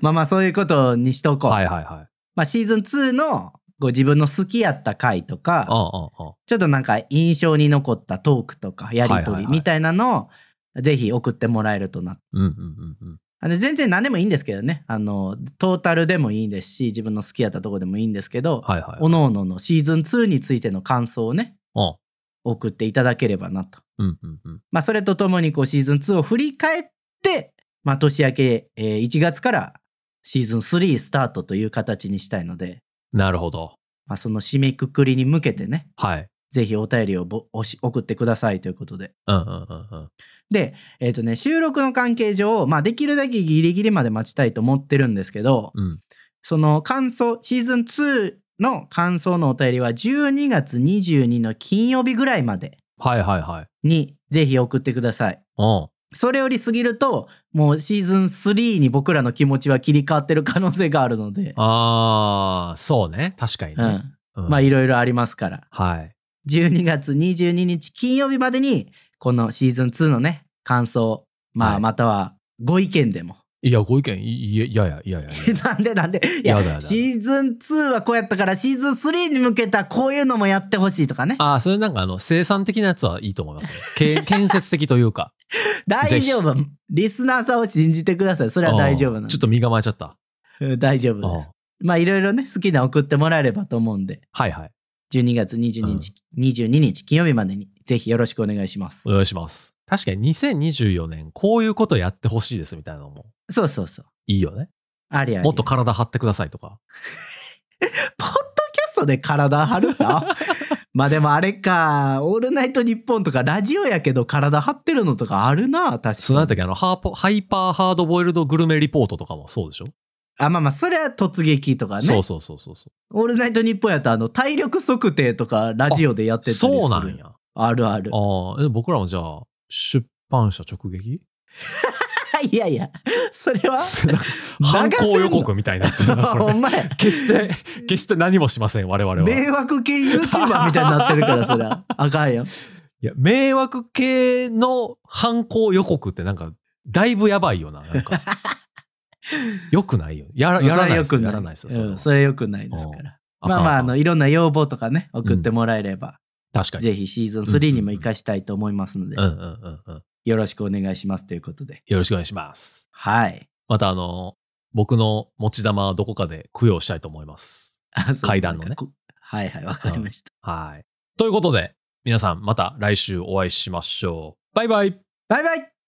Speaker 2: まあまあ、そういうことにしとこう。
Speaker 1: はいはいはい。
Speaker 2: まあ、シーズン2のご自分の好きやった回と
Speaker 1: うん
Speaker 2: か、
Speaker 1: うんうん。
Speaker 2: ちょっとなんか印象に残ったトークとか、やり
Speaker 1: はい
Speaker 2: と
Speaker 1: はい
Speaker 2: り
Speaker 1: はい
Speaker 2: みたいなのを、ぜひ送ってもらえるとな。
Speaker 1: うんうんうんうん。
Speaker 2: あの全然何でもいいんですけどね。あの、トータルでもいいですし、自分の好きやったとこでもいいんですけど、
Speaker 1: はいはい。
Speaker 2: おのおののシーズン2についての感想をね、
Speaker 1: うん
Speaker 2: 送っていただければなと。
Speaker 1: うんうんうん。
Speaker 2: まあ、それとともにこうシーズン2を振り返って、まあ、年明け、えー1月からシーズン3スタートという形にしたいので、
Speaker 1: なるほど。
Speaker 2: まあ、その締めくくりに向けてね、
Speaker 1: はい。
Speaker 2: ぜひお便りをぼおし送ってくださいということで。
Speaker 1: うんうんうんうん。
Speaker 2: で、えっ、とね、収録の関係上、まあ、できるだけギリギリまで待ちたいと思ってるんですけど、
Speaker 1: うん。
Speaker 2: その感想、シーズン2の感想のお便りは12月22の金曜日ぐらいまで
Speaker 1: はいはいはい。
Speaker 2: にぜひ送ってください。
Speaker 1: うん。
Speaker 2: それより過ぎると、もうシーズン3に僕らの気持ちは切り替わってる可能性があるので、
Speaker 1: あー、そうね。確かに
Speaker 2: う
Speaker 1: ね。
Speaker 2: ん。
Speaker 1: うん
Speaker 2: まあ、いろいろありますから。
Speaker 1: はい。
Speaker 2: 12月22日金曜日までに、このシーズン2のね、感想、ま
Speaker 1: は
Speaker 2: あ、
Speaker 1: い
Speaker 2: またはご意見でも
Speaker 3: いや、ご意見、いいいや、いやいやいやいや。
Speaker 2: なんでなんでい
Speaker 3: や
Speaker 2: や
Speaker 3: だやだ
Speaker 2: シーズン2はこうやったからシーズン3に向けたこういうのもやってほしいとかね
Speaker 1: ああ、それなんかあの、生産的なやつはいいと思いますね。け建設的というか。
Speaker 2: 大丈夫リスナーさんを信じてください それは大丈夫な
Speaker 1: うん
Speaker 2: の
Speaker 1: ちょっと身構えちゃった。
Speaker 2: うん大丈
Speaker 1: うん
Speaker 2: 夫まあいろいろね好きなの送ってもらえればと思うんで
Speaker 1: はいはい。
Speaker 2: 12月22日、22日金曜日までにぜひよろしくお願いします
Speaker 1: お願いします。確かに2024年、こういうことやってほしいですみたいなのも
Speaker 2: そうそうそう
Speaker 1: いいよね。
Speaker 2: ありあり
Speaker 1: もっと体張ってくださいとか。
Speaker 2: ポッドキャストで体張るの まあでもあれか「オールナイトニッポン」とかラジオやけど体張ってるのとかあるな確かに
Speaker 1: そのあたり、あの、ハーポ、ハイパーハードボイルドグルメリポートとかもそうでしょ、
Speaker 2: あまあまあそれは突撃とかね
Speaker 1: そうそうそうそうそ
Speaker 2: オールナイトニッポン」やとあの体力測定とかラジオでやってた
Speaker 1: う。
Speaker 2: りする
Speaker 1: そうなんや。
Speaker 2: あるある
Speaker 1: ああ、え僕らもじゃあ、出版社直撃
Speaker 2: いやいや それは
Speaker 1: なんか犯行予 告みたいになってるな、こ
Speaker 2: ほ
Speaker 1: れ。
Speaker 2: んまや
Speaker 1: 決して、 決して何もしません、我々は。
Speaker 2: 迷惑系 YouTuber みたいになってるからそれ はあかんよ
Speaker 1: いや、迷惑系の犯行予告ってなんか、だいぶやばいよな、なん か。よくないよ。やらやらないですよ。やらないですよ。それは
Speaker 2: うんそれよくないですから
Speaker 1: あ
Speaker 2: ま
Speaker 1: か
Speaker 2: あ
Speaker 1: ん
Speaker 2: まああ
Speaker 1: かん
Speaker 2: のいろんな要望とかね送ってもらえれば、
Speaker 1: 確かに。
Speaker 2: ぜひシーズン3にも活かしたいと思いますので、
Speaker 1: うんうんうんうん。
Speaker 2: よろしくお願いしますということで。
Speaker 1: よろしくお願いします。
Speaker 2: はい。
Speaker 1: またあの、僕の持ち玉はどこかで供養したいと思います。
Speaker 2: あそう
Speaker 1: 階段のね
Speaker 2: なんかこはいはい、わかりました。
Speaker 1: はい。ということで、皆さんまた来週お会いしましょう。バイバイ
Speaker 2: バイバイ